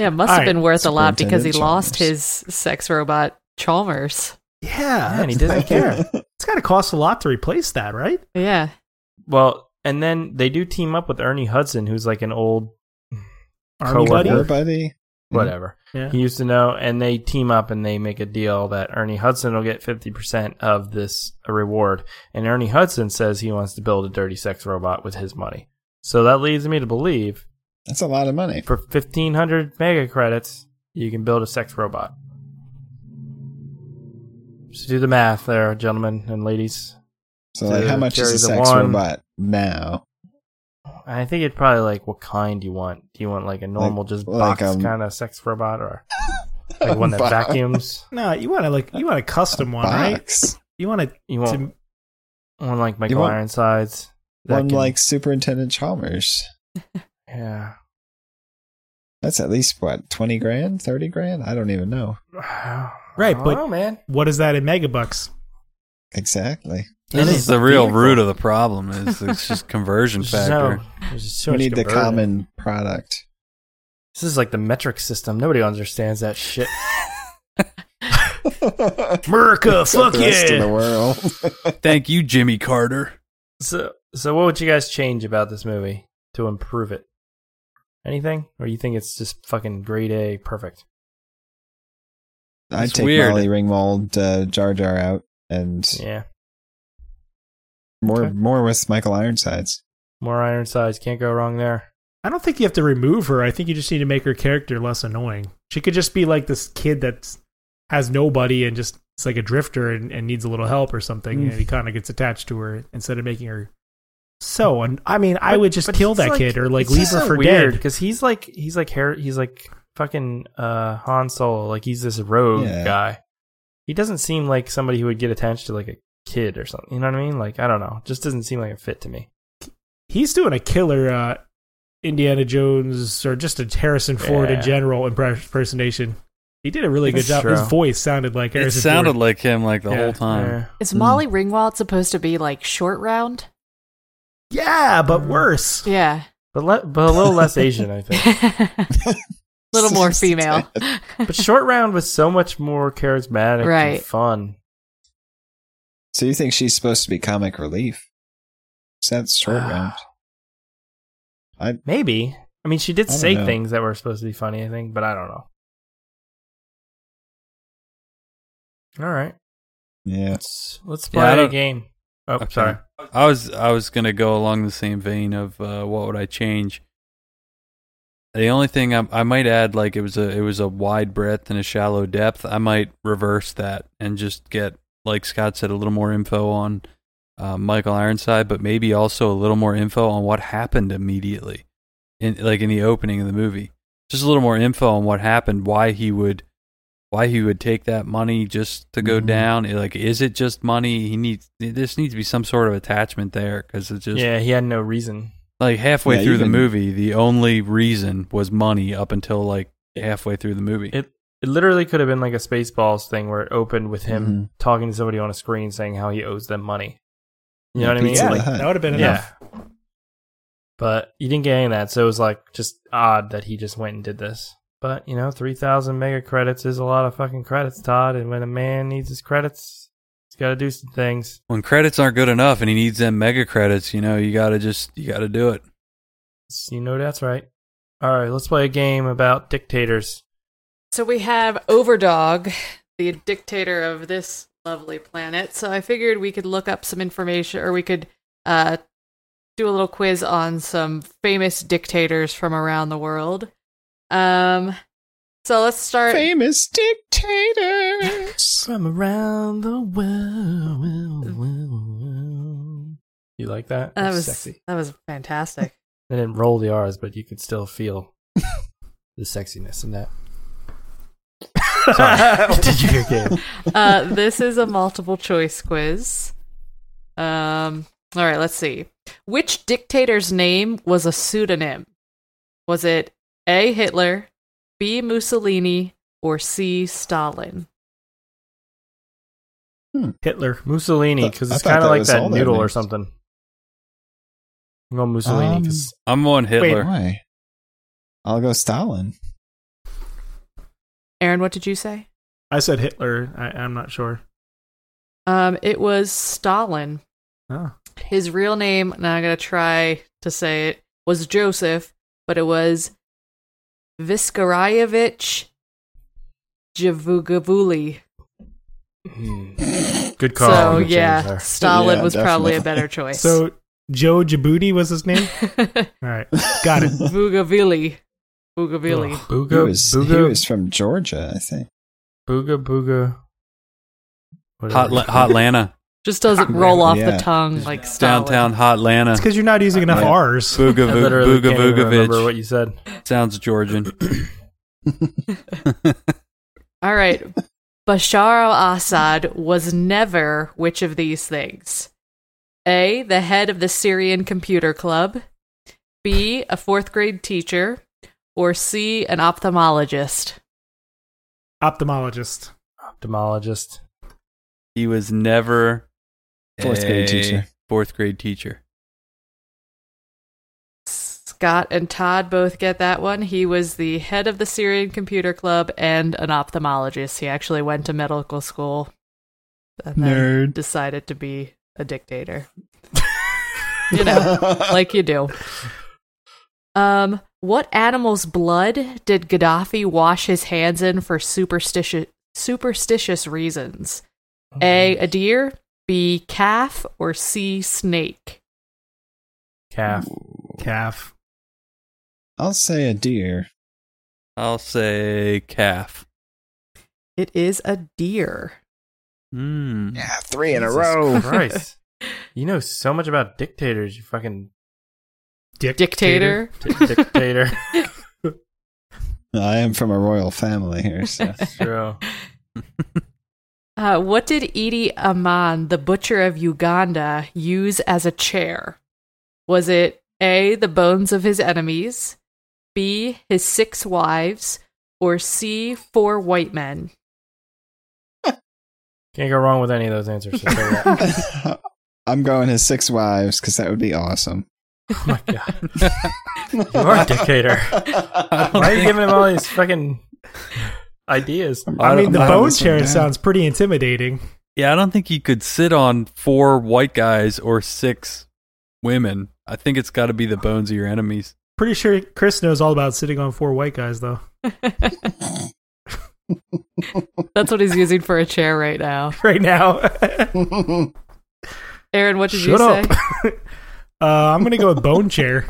G: Yeah, it must have
F: Alright.
G: been worth a lot because he
H: Superintendent
G: lost his
H: Chalmers.
G: sex robot Chalmers.
F: yeah,
B: Man, he doesn't care.
F: it's gotta cost a lot to replace that, right?
G: Yeah.
B: Well, and then they do team up with Ernie Hudson, who's like an old
F: Army
B: Co-worker.
F: buddy.
H: Or buddy.
B: whatever
F: Yeah.
B: he used to know. And they team up and they make a deal that Ernie Hudson will get fifty percent of this reward. And Ernie Hudson says he wants to build a dirty sex robot with his money. So that leads me to believe
H: That's a lot of money.
B: For 1500 mega credits, you can build a sex robot. Just do the math there, gentlemen and ladies.
H: So like,
B: to
H: how much is
B: carry
H: a
B: the
H: sex
B: one.
H: robot now?
B: I think it'd probably like what kind you want. Do you want like a normal
H: Like-
B: just
H: like,
B: box
H: um,
B: kind of sex robot or like one that vacuums?
F: No, you want to like you want a custom one, right?
H: Box.
F: You want to
B: You want one like Michael
H: want
B: Ironsides? that
H: One
B: can-
H: like Superintendent Chalmers.
B: yeah.
H: That's at least what twenty grand, thirty grand. I don't even know
F: Right, but-
B: oh man,
F: what is that in megabucks?
H: exactly.
B: It
E: This is
B: is
E: the real
B: beautiful.
E: root of the problem. Is it's just conversion
B: There's just no-
E: factor.
B: there's just too
H: We
B: much
H: need the
B: conversion.
H: common product.
B: This is like the metric system. Nobody understands that shit.
F: America,
H: Except the rest of the world.
E: Thank you, Jimmy Carter.
B: So, so what would you guys change about this movie to improve it? Anything, or you think it's just fucking grade A, perfect?
H: I'd
E: It's
H: take
E: weird.
H: Molly Ringwald, uh, Jar Jar out, and
B: Yeah,
H: more
B: Okay.
H: more with Michael Ironsides.
B: more Ironsides can't go wrong there.
F: I don't think you have to remove her. I think you just need to make her character less annoying. She could just be like this kid that has nobody and just it's like a drifter and, and needs a little help or something, and he
B: Mm.
F: kind of gets attached to her instead of making her so. And I mean, I
B: But-
F: would just
B: but
F: kill
B: he's
F: that kid or like
B: it's
F: leave
B: just
F: her
B: so
F: for
B: weird,
F: dead.
B: because he's like he's like hair he's like fucking uh Han Solo, like he's this rogue
H: Yeah.
B: guy. He doesn't seem like somebody who would get attached to like a kid or something. You know what I mean? Like I don't know, just doesn't seem like a fit to me.
F: He's doing a killer uh, Indiana Jones or just a Harrison Ford
B: Yeah.
F: in general impre- impersonation. He did a really good
B: It's
F: job. His
B: true.
F: voice sounded like
E: It
F: Harrison
E: sounded
F: Ford.
E: like him like the
F: Yeah,
E: whole time.
B: Yeah.
G: Is Molly Ringwald supposed to be like short round?
F: yeah, but worse.
G: Yeah.
B: But le- but a little less Asian, I think.
G: little more female.
B: But short round was so much more charismatic and
G: Right.
B: fun.
H: So you think she's supposed to be comic relief? So that's short round. I-
B: Maybe. I mean, she did
H: I don't
B: say
H: know.
B: things that were supposed to be funny, I think, but I don't know. All right.
H: Yeah.
B: Let's, let's
E: Yeah,
B: play
E: I
B: a
E: don't-
B: game. Oh,
E: Okay.
B: sorry.
E: I was I was gonna go along the same vein of uh, what would I change. The only thing I, I might add, like it was a it was a wide breadth and a shallow depth. I might reverse that and just get, like Scott said, a little more info on uh, Michael Ironside, but maybe also a little more info on what happened immediately, in like in the opening of the movie. Just a little more info on what happened, why he would, why he would take that money just to
B: Mm-hmm.
E: go down. Like, is it just money? He needs. This needs to be some sort of attachment there because it's just
B: yeah, he had no reason.
E: like halfway
H: Yeah,
E: through the
H: even-
E: movie, the only reason was money up until like halfway through the movie.
B: It it literally could have been like a Spaceballs thing where it opened with him
H: Mm-hmm.
B: talking to somebody on a screen saying how he owes them money. You know
H: Yeah,
B: what I mean?
H: Pizza
F: Yeah,
H: Hut.
F: like, that would have
B: Yeah.
F: been enough.
B: But you didn't get any of that, so it was like just odd that he just went and did this. But you know, three thousand mega credits is a lot of fucking credits, Todd. And when a man needs his credits, he's got to do some things.
E: When credits aren't good enough and he needs them mega credits, you know, you gotta just you gotta do it.
B: You know that's right. All right, let's play a game about dictators.
G: So we have Overdog, the dictator of this lovely planet. So I figured we could look up some information or we could uh, do a little quiz on some famous dictators from around the world. Um, so let's start.
H: Famous dictators.
B: From around the world. You like that?
G: that
B: That's
G: was
B: sexy.
G: that was fantastic.
B: They didn't roll the R's, but you could still feel the sexiness in that. Sorry. Did you get it?
G: uh, this is a multiple choice quiz. Um, all right, let's see. Which dictator's name was a pseudonym? Was it A. Hitler, B. Mussolini, or C. Stalin?
F: Hitler.
B: Mussolini,
H: Th-
B: because
H: I
B: it's
H: thought
B: kind of
H: that
B: like
H: was
B: that
H: all that
B: noodle or
H: means.
B: something. I'm going Mussolini.
H: Um,
B: 'cause-
E: I'm on Hitler.
H: Why? I'll go Stalin.
G: Aaron, what did you say?
F: I said Hitler. I, I'm not sure.
G: Um, it was Stalin.
F: Oh.
G: His real name, and I'm going to try to say it, was Joseph, but it was Viskarayevich Javugavuli.
H: Hmm.
B: good call.
G: So
B: Good change
G: yeah,
B: there.
G: Stalin
H: Yeah,
G: was probably a
H: definitely.
G: better choice.
F: So Joe Djibouti was his name? All right. Got it.
G: Bugavili. Bugavili.
B: Ugh,
H: He
B: Booga,
H: was, he
B: booga,
H: was from Georgia, I think.
B: booga, booga.
E: Hot
B: whatever.
E: Hotlanta.
G: Just doesn't roll off
H: Yeah.
G: the tongue like Stalin.
E: Downtown
F: It's
E: Hotlanta.
F: because you're not using enough
H: Yeah.
F: R's.
E: Booga
B: I literally
E: Booga
B: can't even remember
E: Vugovich.
B: what you said.
E: Sounds Georgian.
G: All right. Bashar al-Assad was never which of these things? A, the head of the Syrian computer club, B, a fourth grade teacher, or C, an ophthalmologist.
F: Ophthalmologist.
B: Ophthalmologist.
E: He was never
H: Fourth grade
E: a
H: teacher.
E: Fourth grade teacher.
G: Scott and Todd both get that one. He was the head of the Syrian Computer Club and an ophthalmologist. He actually went to medical school and then
H: Nerd.
G: decided to be a dictator. you know, like you do. Um, what animal's blood did Gaddafi wash his hands in for superstitious superstitious reasons?
B: Oh,
G: A, a deer, B, calf, or C, snake?
B: Calf.
F: Calf.
H: I'll say a deer.
E: I'll say calf.
G: It is a deer.
E: Hmm.
H: Yeah, three in
B: Jesus Christ. You know so much about dictators, you fucking
G: Dictator.
B: di- dictator.
H: I am from a royal family here, so
B: True.
G: Uh, what did Idi Aman, the butcher of Uganda, use as a chair? Was it A, the bones of his enemies, B, his six wives, or C, four white men?
B: Can't go wrong with any of those answers. I'll tell you that.
H: I'm going his six wives because that would be awesome.
B: Oh my god. You are a dictator. Why are you giving him all these fucking ideas?
F: I mean, the
H: I'm having
F: bone
H: this
F: chair
H: one down.
F: sounds pretty intimidating.
E: Yeah, I don't think you could sit on four white guys or six women. I think it's got to be the bones of your enemies.
F: Pretty sure Chris knows all about sitting on four white guys, though.
G: That's what he's using for a chair right now.
F: Right now,
G: Aaron, what did
F: shut
G: you
F: up.
G: say?
F: uh, I'm gonna go with bone chair.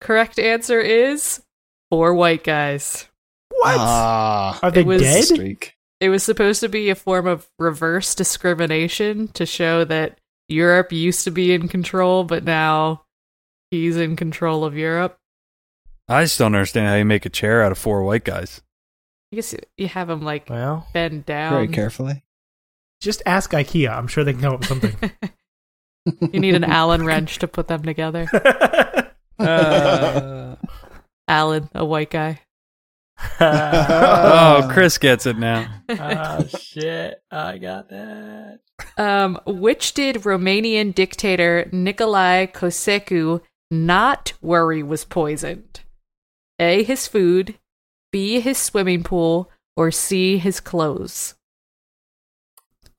G: Correct answer is four white guys.
F: What?
H: Ah,
F: Are they
G: it was-
F: dead?
H: streak.
G: It was supposed to be a form of reverse discrimination to show that Europe used to be in control, but now he's in control of Europe.
E: I just don't understand how you make a chair out of four white guys.
G: I guess you have him like
B: Well,
G: bend down.
H: Very carefully.
F: Just ask IKEA. I'm sure they can come up with something.
G: You need an Allen wrench to put them together. Allen, a white guy.
B: ah,
E: Oh, Chris gets it now.
B: oh shit! I got that.
G: Um, which did Romanian dictator Nicolae Cosecu not worry was poisoned? A. His food, B. His swimming pool, or C. His clothes.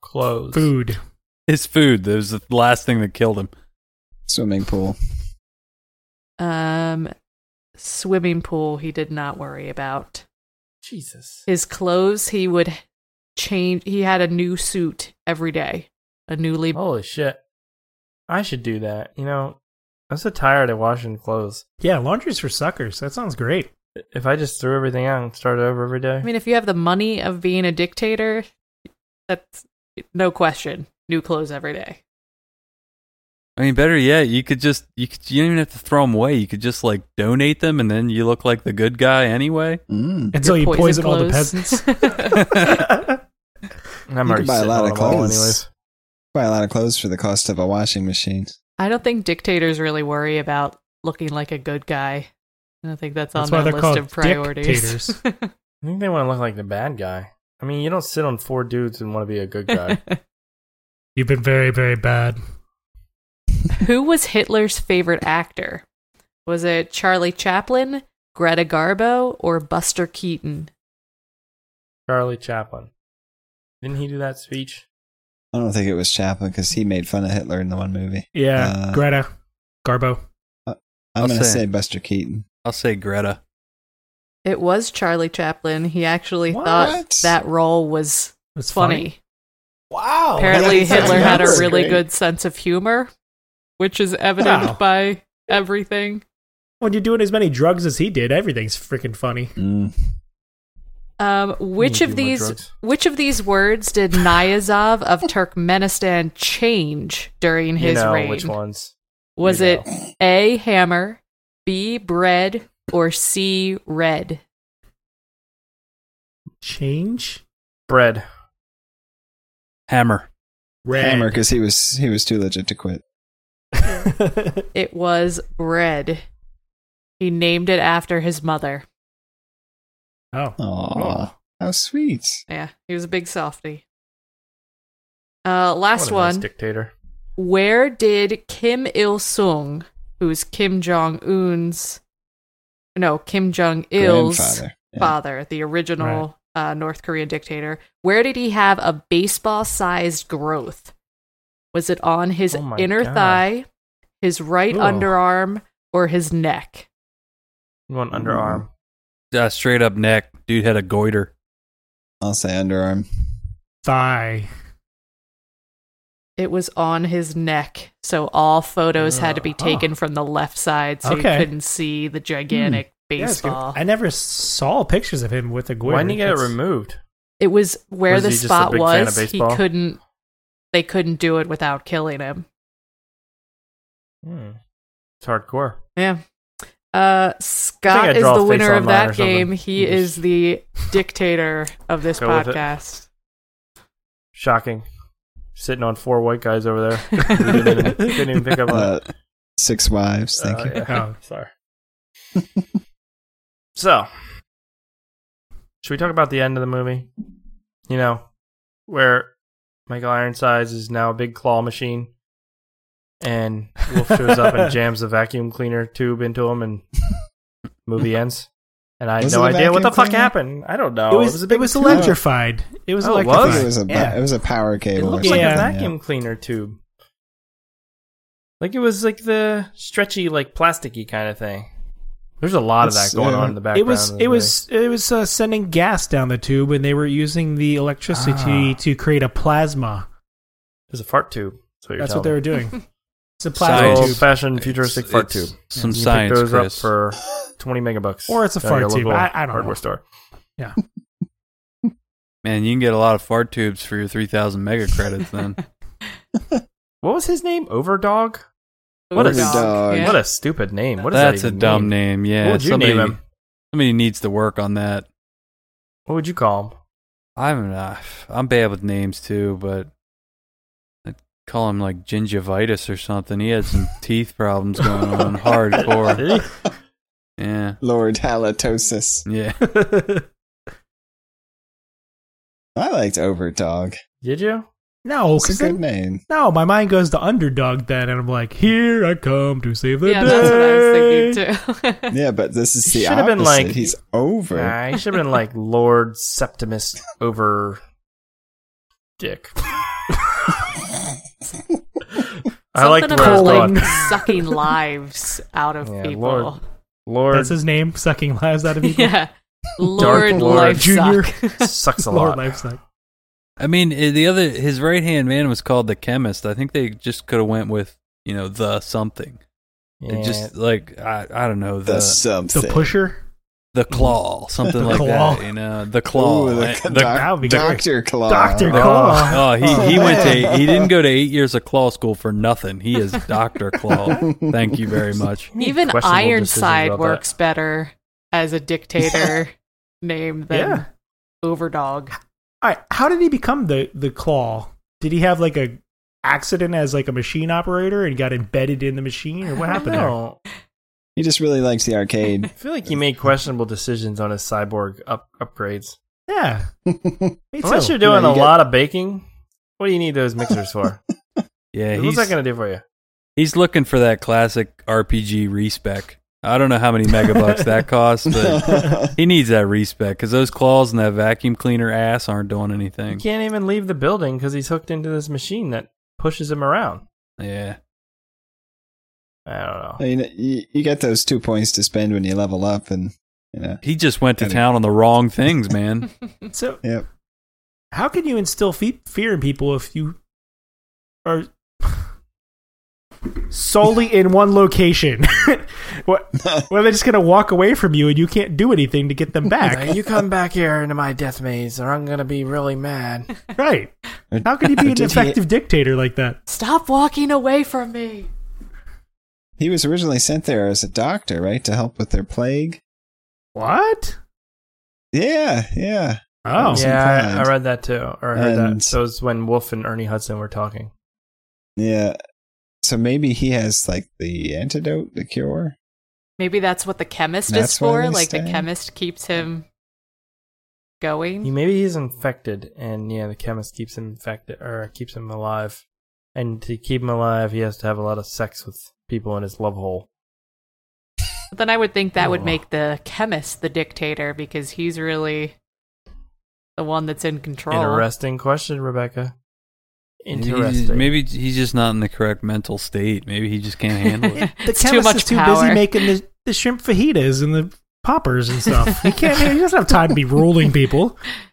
B: Close.
F: Food.
E: His food. That was the last thing that killed him.
H: Swimming pool.
G: Um, swimming pool he did not worry about.
B: Jesus.
G: His clothes he would change. He had a new suit every day, a newly
F: Oh,
B: Holy shit! I should do that. You know, I'm so tired of washing clothes.
F: Yeah, laundry's for suckers. That sounds great.
B: If I just threw everything out and started over every day,
G: I mean, if you have the money of being a dictator, that's no question. New clothes every day.
E: I mean, better yet, you could just you could you don't even have to throw them away. You could just like donate them, and then you look like the good guy anyway.
H: Mm.
F: Until you
G: Your
F: poison, all the
G: clothes.
F: peasants.
B: I'm
H: you
B: already
H: could buy a
B: sitting
H: lot
B: on
H: of
B: them all
H: clothes.
B: anyways.
H: Buy a lot of clothes for the cost of a washing machine.
G: I don't think dictators really worry about looking like a good guy. I don't think that's,
F: That's why
G: on
F: they're
G: their list
F: called
G: of priorities.
F: dictators.
B: I think they want to look like the bad guy. I mean, you don't sit on four dudes and want to be a good guy.
F: You've been very, very bad.
G: Who was Hitler's favorite actor? Was it Charlie Chaplin, Greta Garbo, or Buster Keaton?
B: Charlie Chaplin. Didn't he do that speech?
H: I don't think it was Chaplin because he made fun of Hitler in the one movie.
F: Yeah,
H: Uh,
F: Greta, Garbo.
H: I'm
E: I'll
H: going to
E: say it.
H: say Buster Keaton.
E: I'll say Greta.
G: It was Charlie Chaplin. He actually
H: What?
G: thought that role was
F: It's funny.
G: funny.
F: Wow.
G: Apparently,
H: that's-
G: Hitler had a
H: that's
G: really
H: great.
G: good sense of humor, which is evident
F: Wow.
G: by everything.
F: When you're doing as many drugs as he did, everything's freaking funny.
H: Mm.
G: Um, which
B: Need to
G: of
B: do more
G: these
B: drugs.
G: which of these words did Niyazov of Turkmenistan change during his
B: you know
G: reign?
B: which ones?
G: Was
B: You
G: it A hammer, B bread, or C red?
F: Change.
B: Bread.
E: Hammer.
F: Red.
H: Hammer because he was he was too legit to quit.
G: It was bread. He named it after his mother.
F: oh.
H: Aw, how sweet.
G: Yeah, he was a big softy. Uh,
B: What
G: last
B: a nice
G: one.
B: dictator.
G: Where did Kim Il Sung, who's Kim Jong Un's, no, Kim Jong Il's father,
H: Grandfather. Yeah.
G: the original uh, North Korean dictator, where did he have a baseball sized growth? Was it on his
B: Oh my
G: inner
B: God.
G: thigh, his right
B: Ooh.
G: underarm, or his neck?
B: You
F: Mm-hmm.
B: want underarm.
E: Uh, straight up neck. Dude had a goiter.
H: I'll say underarm.
F: Thigh.
G: It was on his neck, so all photos had to be
B: Uh, oh.
F: Ugh.
G: taken from the left side so
F: Okay.
G: you couldn't see
B: Hmm.
G: the gigantic
F: Yeah, it's good.
G: baseball.
F: I never saw pictures of him with a goiter.
B: Why didn't you get it
F: That's-
B: removed?
G: It was where
B: Was
G: the
B: he just a
G: spot
B: big fan of
G: was. He
B: baseball?
G: couldn't. They couldn't do it without killing him.
B: Hmm. It's hardcore.
G: Yeah. Uh,
B: I
G: Scott is
B: draw a
G: the
B: face
G: winner of
B: online or
G: that
B: something.
G: game. He
B: You just-
G: is the dictator of this
B: Go with it.
G: podcast.
B: Shocking. Sitting on four white guys over there. We didn't, even, didn't even pick up on
H: Uh,
B: that.
H: six wives. Thank
B: Oh,
H: you.
B: yeah.
F: Oh.
B: Sorry. so, should we talk about the end of the movie? You know, where Michael Ironsides is now a big claw machine, and Wolf shows up and jams the vacuum cleaner tube into him, and movie ends. And I had
H: Was
B: no
H: it a
B: idea what the
H: vacuum
B: fuck
H: cleaner?
B: happened. I don't know.
F: It was, it was
B: tube.
F: electrified. It was
B: Oh, it was?
H: I
F: electrified.
H: think it was a ba-
F: yeah.
H: it was a power
B: It
H: cable.
B: looked
H: or
B: like
H: something.
B: a
F: Yeah.
B: vacuum cleaner tube. Like it was like the stretchy, like plasticky kind of thing. There's a lot
H: It's,
B: of that going
H: yeah.
B: on in the background.
F: It was
B: of the
F: it was it was uh, sending gas down the tube, and they were using the electricity
B: Ah.
F: to create a plasma.
B: movie. It was a fart tube. That's what, you're
F: That's what they
B: telling
F: were doing. It's a
B: me.
F: plasma
E: Science.
B: Old
F: tube,
B: fashioned futuristic
E: It's-
B: fart
E: it's
B: tube.
E: Some
B: You can pick
E: science,
B: those up
E: Chris.
B: for twenty megabucks,
F: Or it's a
B: at
F: fart
B: your
F: tube.
B: local
F: I- I don't know.
B: hardware store.
E: Man, you can get a lot of fart tubes for your 3,000 mega credits then.
B: What was his name? Overdog. What a
G: Overdog,
H: dog.
G: yeah.
B: What a stupid name. What does
E: That's
B: that
E: a
B: even
E: dumb
B: mean?
E: name. Yeah.
B: What would you
E: somebody,
B: name him?
E: Somebody needs to work on that.
B: What would you call him?
E: I'm not, I'm bad with names too, but I'd call him like gingivitis or something. He had some teeth problems going on hardcore.
B: See?
E: Yeah.
H: Lord Halitosis.
E: Yeah.
H: I liked Overdog.
B: Did you?
F: No,
H: It's a
F: because
H: good name.
F: no, my mind goes to underdog then, and I'm like, here I come to save the
G: yeah,
F: day.
G: that's what I was thinking too.
H: Yeah, but this is
B: It
H: the
B: should have been
H: opposite.
B: like-
H: he's over.
B: Nah, he should have been like Lord Septimus over Dick. I liked
G: Something
B: where I was
G: about
B: going.
G: like sucking lives out of
B: Yeah,
G: people.
B: Lord- Lord
F: That's his name, sucking lives out of people.
G: Yeah, Lord,
B: Lord
G: Life
F: Junior.
G: Suck.
B: sucks a
F: Lord
B: lot.
F: livestock.
E: I mean, i- the other his right hand man was called the chemist. I think they just could have went with you know the something.
B: Yeah.
E: It just like I, I don't know
H: the,
E: the
H: something.
F: The pusher.
E: the claw something
F: The
E: like
F: claw.
E: that. You know the claw.
H: Ooh, the,
E: I-
H: doc-
F: That would be great.
H: Dr. Claw.
F: Doctor
E: the-
F: Claw.
E: Oh, he, he went to he didn't go to eight years of claw school for nothing. He is Doctor Claw. Thank you very much.
G: Even
B: Questionable decisions
G: Ironside
B: about
G: works better as a dictator name than
B: Yeah.
G: Overdog.
F: All right, how did he become the the Claw? Did he have like a accident as like a machine operator and got embedded in the machine, or what
B: that.
F: happened there?
B: No,
H: He just really likes the arcade.
B: I feel like he made questionable decisions on his cyborg up- upgrades.
F: Yeah, me too.
B: Unless you're doing
H: Yeah, you
B: a
H: get-
B: lot of baking, what do you need those mixers for?
E: Yeah,
B: What's
E: he's
B: that going to do for you?
E: he's looking for that classic RPG respec. I don't know how many megabucks that cost, but he needs that respec because those claws and that vacuum cleaner ass aren't doing
B: He
E: anything.
B: can't even leave the building because he's hooked into this machine that pushes him around.
E: Yeah.
B: I don't know.
H: I mean, you, you get those two points to spend when you level up, and you know,
E: He just went to
H: And-
E: town on the wrong things, man.
F: so
H: yep.
F: how can you instill fe- fear in people if you are solely in one location? what? Well, they're just gonna walk away from you, and you can't do anything to get them
B: Now,
F: back,
B: you come back here into my death maze, or I'm gonna be really mad.
F: right? How could he be an
H: Did he-
F: effective dictator like that?
G: Stop walking away from me.
H: He was originally sent there as a doctor, right, to help with their plague.
F: What?
H: Yeah, yeah.
F: Oh,
H: Some
B: yeah, I,
H: kind.
B: I read that too, or I heard
H: And-
B: that. So it's when Wolf and Ernie Hudson were talking.
H: Yeah. So maybe he has like the antidote, the cure.
G: Maybe that's what the chemist
H: That's
G: is
H: why
G: for.
H: they
G: Like the
H: stay.
G: chemist keeps him
B: He,
G: going.
B: maybe he's infected, and yeah, the chemist keeps him infected or keeps him alive. And to keep him alive, he has to have a lot of sex with people in his love hole.
G: But then I would think that would
B: Oh.
G: make the chemist the dictator because he's really the one that's in control.
B: Interesting question, Rebecca.
E: He's-
B: Interesting.
E: maybe he's just not in the correct mental state. Maybe he just can't handle it.
F: the
G: It's
F: chemist
G: too much
F: is too
G: power.
F: busy making the, the shrimp fajitas and the poppers and stuff. He can't. He doesn't have time to be ruling people.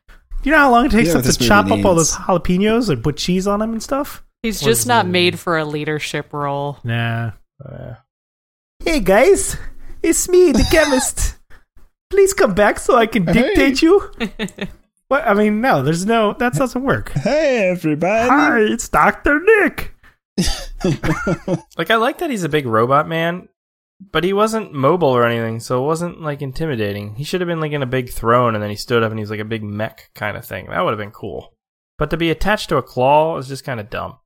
F: Do you know how long it takes
H: Yeah,
F: them to
H: this movie
F: chop up all
H: needs-
F: those jalapenos and put cheese on them and stuff?
G: He's
B: What
G: just
B: is
G: not
B: it?
G: made for a leadership role.
F: Nah.
B: Uh,
F: Hey guys, it's me, the chemist. Please come back so I can dictate you. What? I mean, no. There's no. That doesn't work.
H: Hey, everybody.
F: Hi, it's Doctor Nick.
B: like I like that he's a big robot man, but he wasn't mobile or anything, so it wasn't like intimidating. He should have been like in a big throne, and then he stood up and he was like a big mech kind of thing. That would have been cool. But to be attached to a claw is just kind of dumb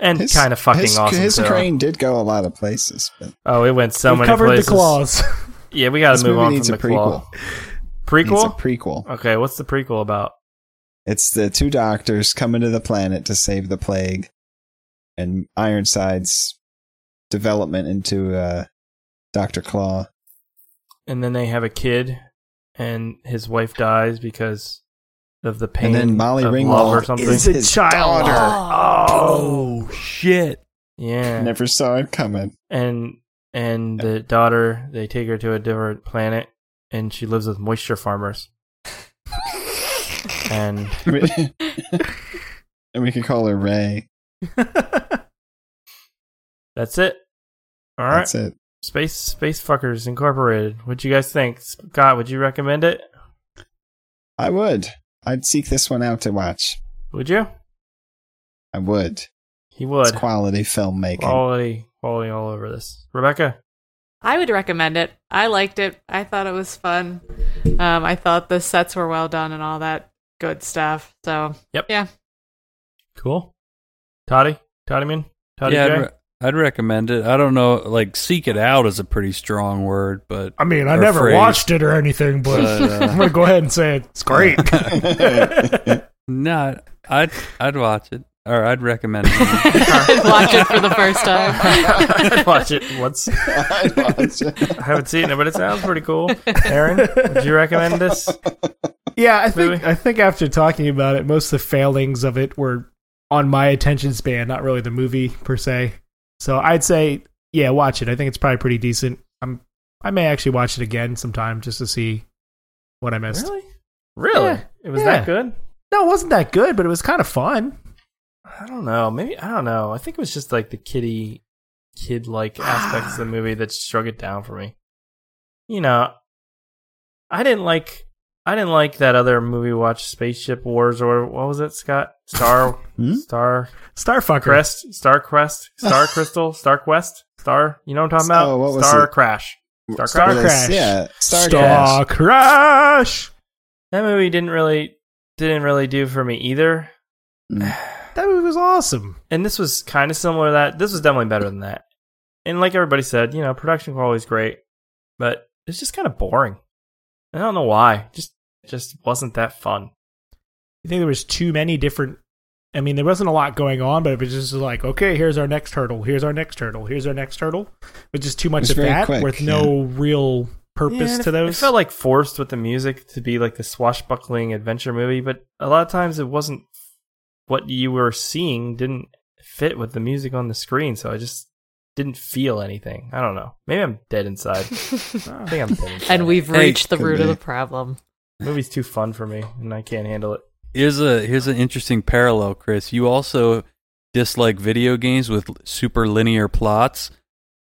B: and
H: His-
B: kind of fucking
H: his,
B: awesome.
H: His
B: so-
H: crane did go a lot of places, but
B: Oh, it went so
F: We've
B: many
F: covered
B: places.
F: the claws.
B: Yeah, we got
H: This
B: to move
H: movie
B: on
H: needs
B: from
H: a
B: the claw.
H: it's a
B: Prequel.
H: prequel.
B: okay, what's the prequel about?
H: It's the two doctors coming to the planet to save the plague, and Ironside's development into uh, Doctor Claw.
B: And then they have a kid, and his wife dies because of the pain
H: then Molly
B: of love
H: Ringwald
B: or something.
F: It's
H: is-
F: a
H: His
F: child.
H: daughter.
F: Oh,
E: shit!
B: Yeah.
H: Never saw it coming.
B: and and the daughter they take her to a different planet and she lives with moisture farmers and
H: and we could call her Ray.
B: that's it all right
H: That's it.
B: space space fuckers incorporated what you guys think scott would you recommend it
H: I would. I'd seek this one out to watch.
B: would you
H: I would.
B: he would
H: It's quality filmmaking.
B: quality quality all over this rebecca
G: I would recommend it. I liked it. I thought it was fun. Um, I thought the sets were well done and all that good stuff. So
B: Yep.
G: yeah,
B: cool toddy toddy man toddy
E: yeah,
B: J?
E: I'd, re- I'd recommend it. I don't know, like seek it out is a pretty strong word, but
F: I mean, I
E: or
F: never
E: phrase.
F: watched it or anything, but I'm gonna go ahead and say it. it's great.
E: No, I'd I'd watch it or I'd recommend it.
G: watch it for the first time.
B: I'd watch it once i
H: I'd watch it.
B: haven't seen it but it sounds pretty cool aaron would you recommend this
F: yeah, I think
B: Really?
F: I think after talking about it, most of the failings of it were on my attention span, not really the movie per se. So I'd say, yeah, watch it. I think it's probably pretty decent. I'm I may actually watch it again sometime just to see what I missed.
B: Really? Really?
F: Yeah.
B: It was
F: Yeah.
B: that good?
F: No, it wasn't that good, but it was kind of fun.
B: I don't know. Maybe I don't know. I think it was just like the kiddie kid like aspects of the movie that struck it down for me. You know, I didn't like I didn't like that other movie we watched Spaceship Wars or what was it, Scott? Star
H: Hmm?
B: Star
F: Starfucker.
B: Crest, Star Crest, Star Crystal, Star Quest, Star you know what I'm talking about?
H: Oh, what was
B: Star
H: it?
B: Crash. Star
F: Star
B: Crash.
H: Well,
F: Crash.
H: Yeah. Star,
F: Star
H: Crash.
F: Crash.
B: That movie didn't really didn't really do for me either.
H: Mm.
F: That movie was awesome.
B: and this was kind of similar to that this was definitely better than that and like everybody said you know production quality is great but it's just kind of boring i don't know why just just wasn't that fun
F: You think there was too many different? I mean, there wasn't a lot going on, but it was just like, okay, here's our next hurdle. Here's our next hurdle. Here's our next hurdle. But just too much
H: It's
F: of
H: very
F: that
H: quick,
F: with no real purpose
B: Yeah, and
F: to
B: it-
F: those.
B: it felt like forced with the music to be like the swashbuckling adventure movie but a lot of times it wasn't what you were seeing didn't fit with the music on the screen so i just didn't feel anything i don't know maybe i'm dead inside i think i'm dead inside.
G: and we've
E: Hey,
G: reached the
H: could
G: root of
H: be.
G: the problem.
B: the movie's too fun for me and i can't handle it
E: Here's a here's an interesting parallel, Chris. You also dislike video games with super linear plots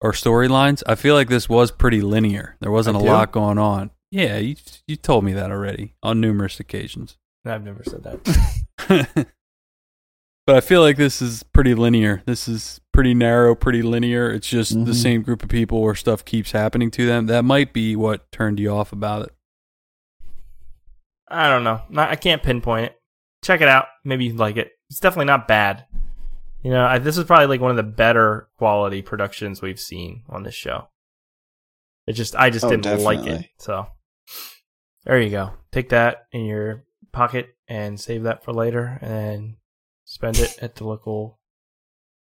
E: or storylines. I feel like this was pretty linear. There wasn't
B: I
E: a
B: do?
E: lot going on. Yeah, you you told me that already on numerous occasions.
B: i've never said that
E: but I feel like this is pretty linear. This is pretty narrow, pretty linear. It's just
B: Mm-hmm.
E: the
H: Mhm.
E: same group of people where stuff keeps happening to them. That might be what turned you off about it.
B: I don't know. Not, I can't pinpoint it. Check it out. Maybe you like it. It's definitely not bad. You know, I, this is probably like one of the better quality productions we've seen on this show. It just, I just
H: Oh,
B: didn't like it.
H: definitely.
B: So there you go. Take that in your pocket and save that for later and spend it at the local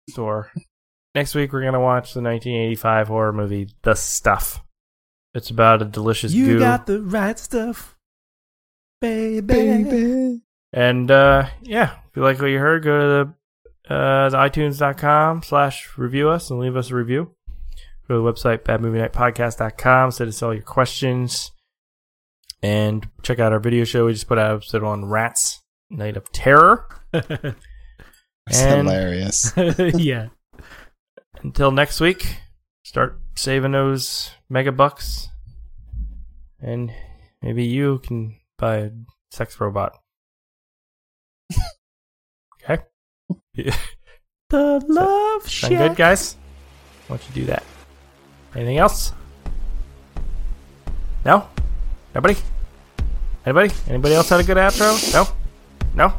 B: store. Next week, we're going to watch the 1985 horror movie, The Stuff. It's about a delicious
F: you
B: goo.
F: got the right stuff, baby.
H: Baby.
B: And uh, yeah, if you like what you heard, go to the, uh, the iTunes.com slash review us and leave us a review. Go to the website, badmovienightpodcast.com, send us all your questions. And check out our video show. We just put out an episode on Rats, Night of Terror.
H: It's
B: And-
H: hilarious.
F: yeah.
B: Until next week, start saving those mega bucks. And maybe you can buy a sex robot. okay?
F: The love
B: Sound good,
F: shack.
B: guys? Why don't you do that? Anything else? No? Nobody? Anybody? Anybody else had a good outro? No? No?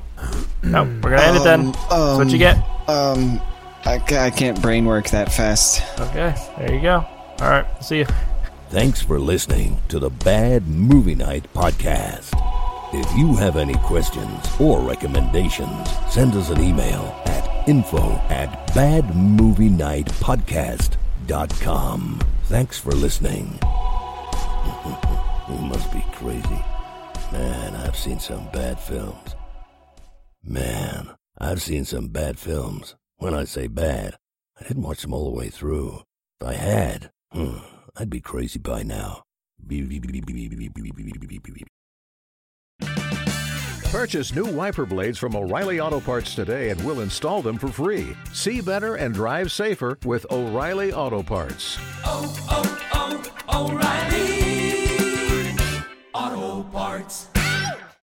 B: No. We're gonna end it then.
H: Um,
B: That's what you
H: um,
B: get.
H: Um, I, ca- I can't brain work that fast.
B: Okay. There you go. All right. See you.
A: Thanks for listening to the Bad Movie Night Podcast. If you have any questions or recommendations, send us an email at info at badmovienightpodcast.com. Thanks for listening. you must be crazy. Man, I've seen some bad films. Man, I've seen some bad films. When I say bad, I didn't watch them all the way through. If I had, hmm, I'd be crazy by now.
C: Purchase new wiper blades from O'Reilly Auto Parts today and we'll install them for free. See better and drive safer with O'Reilly Auto Parts.
I: Oh, oh, oh, O'Reilly Auto Parts.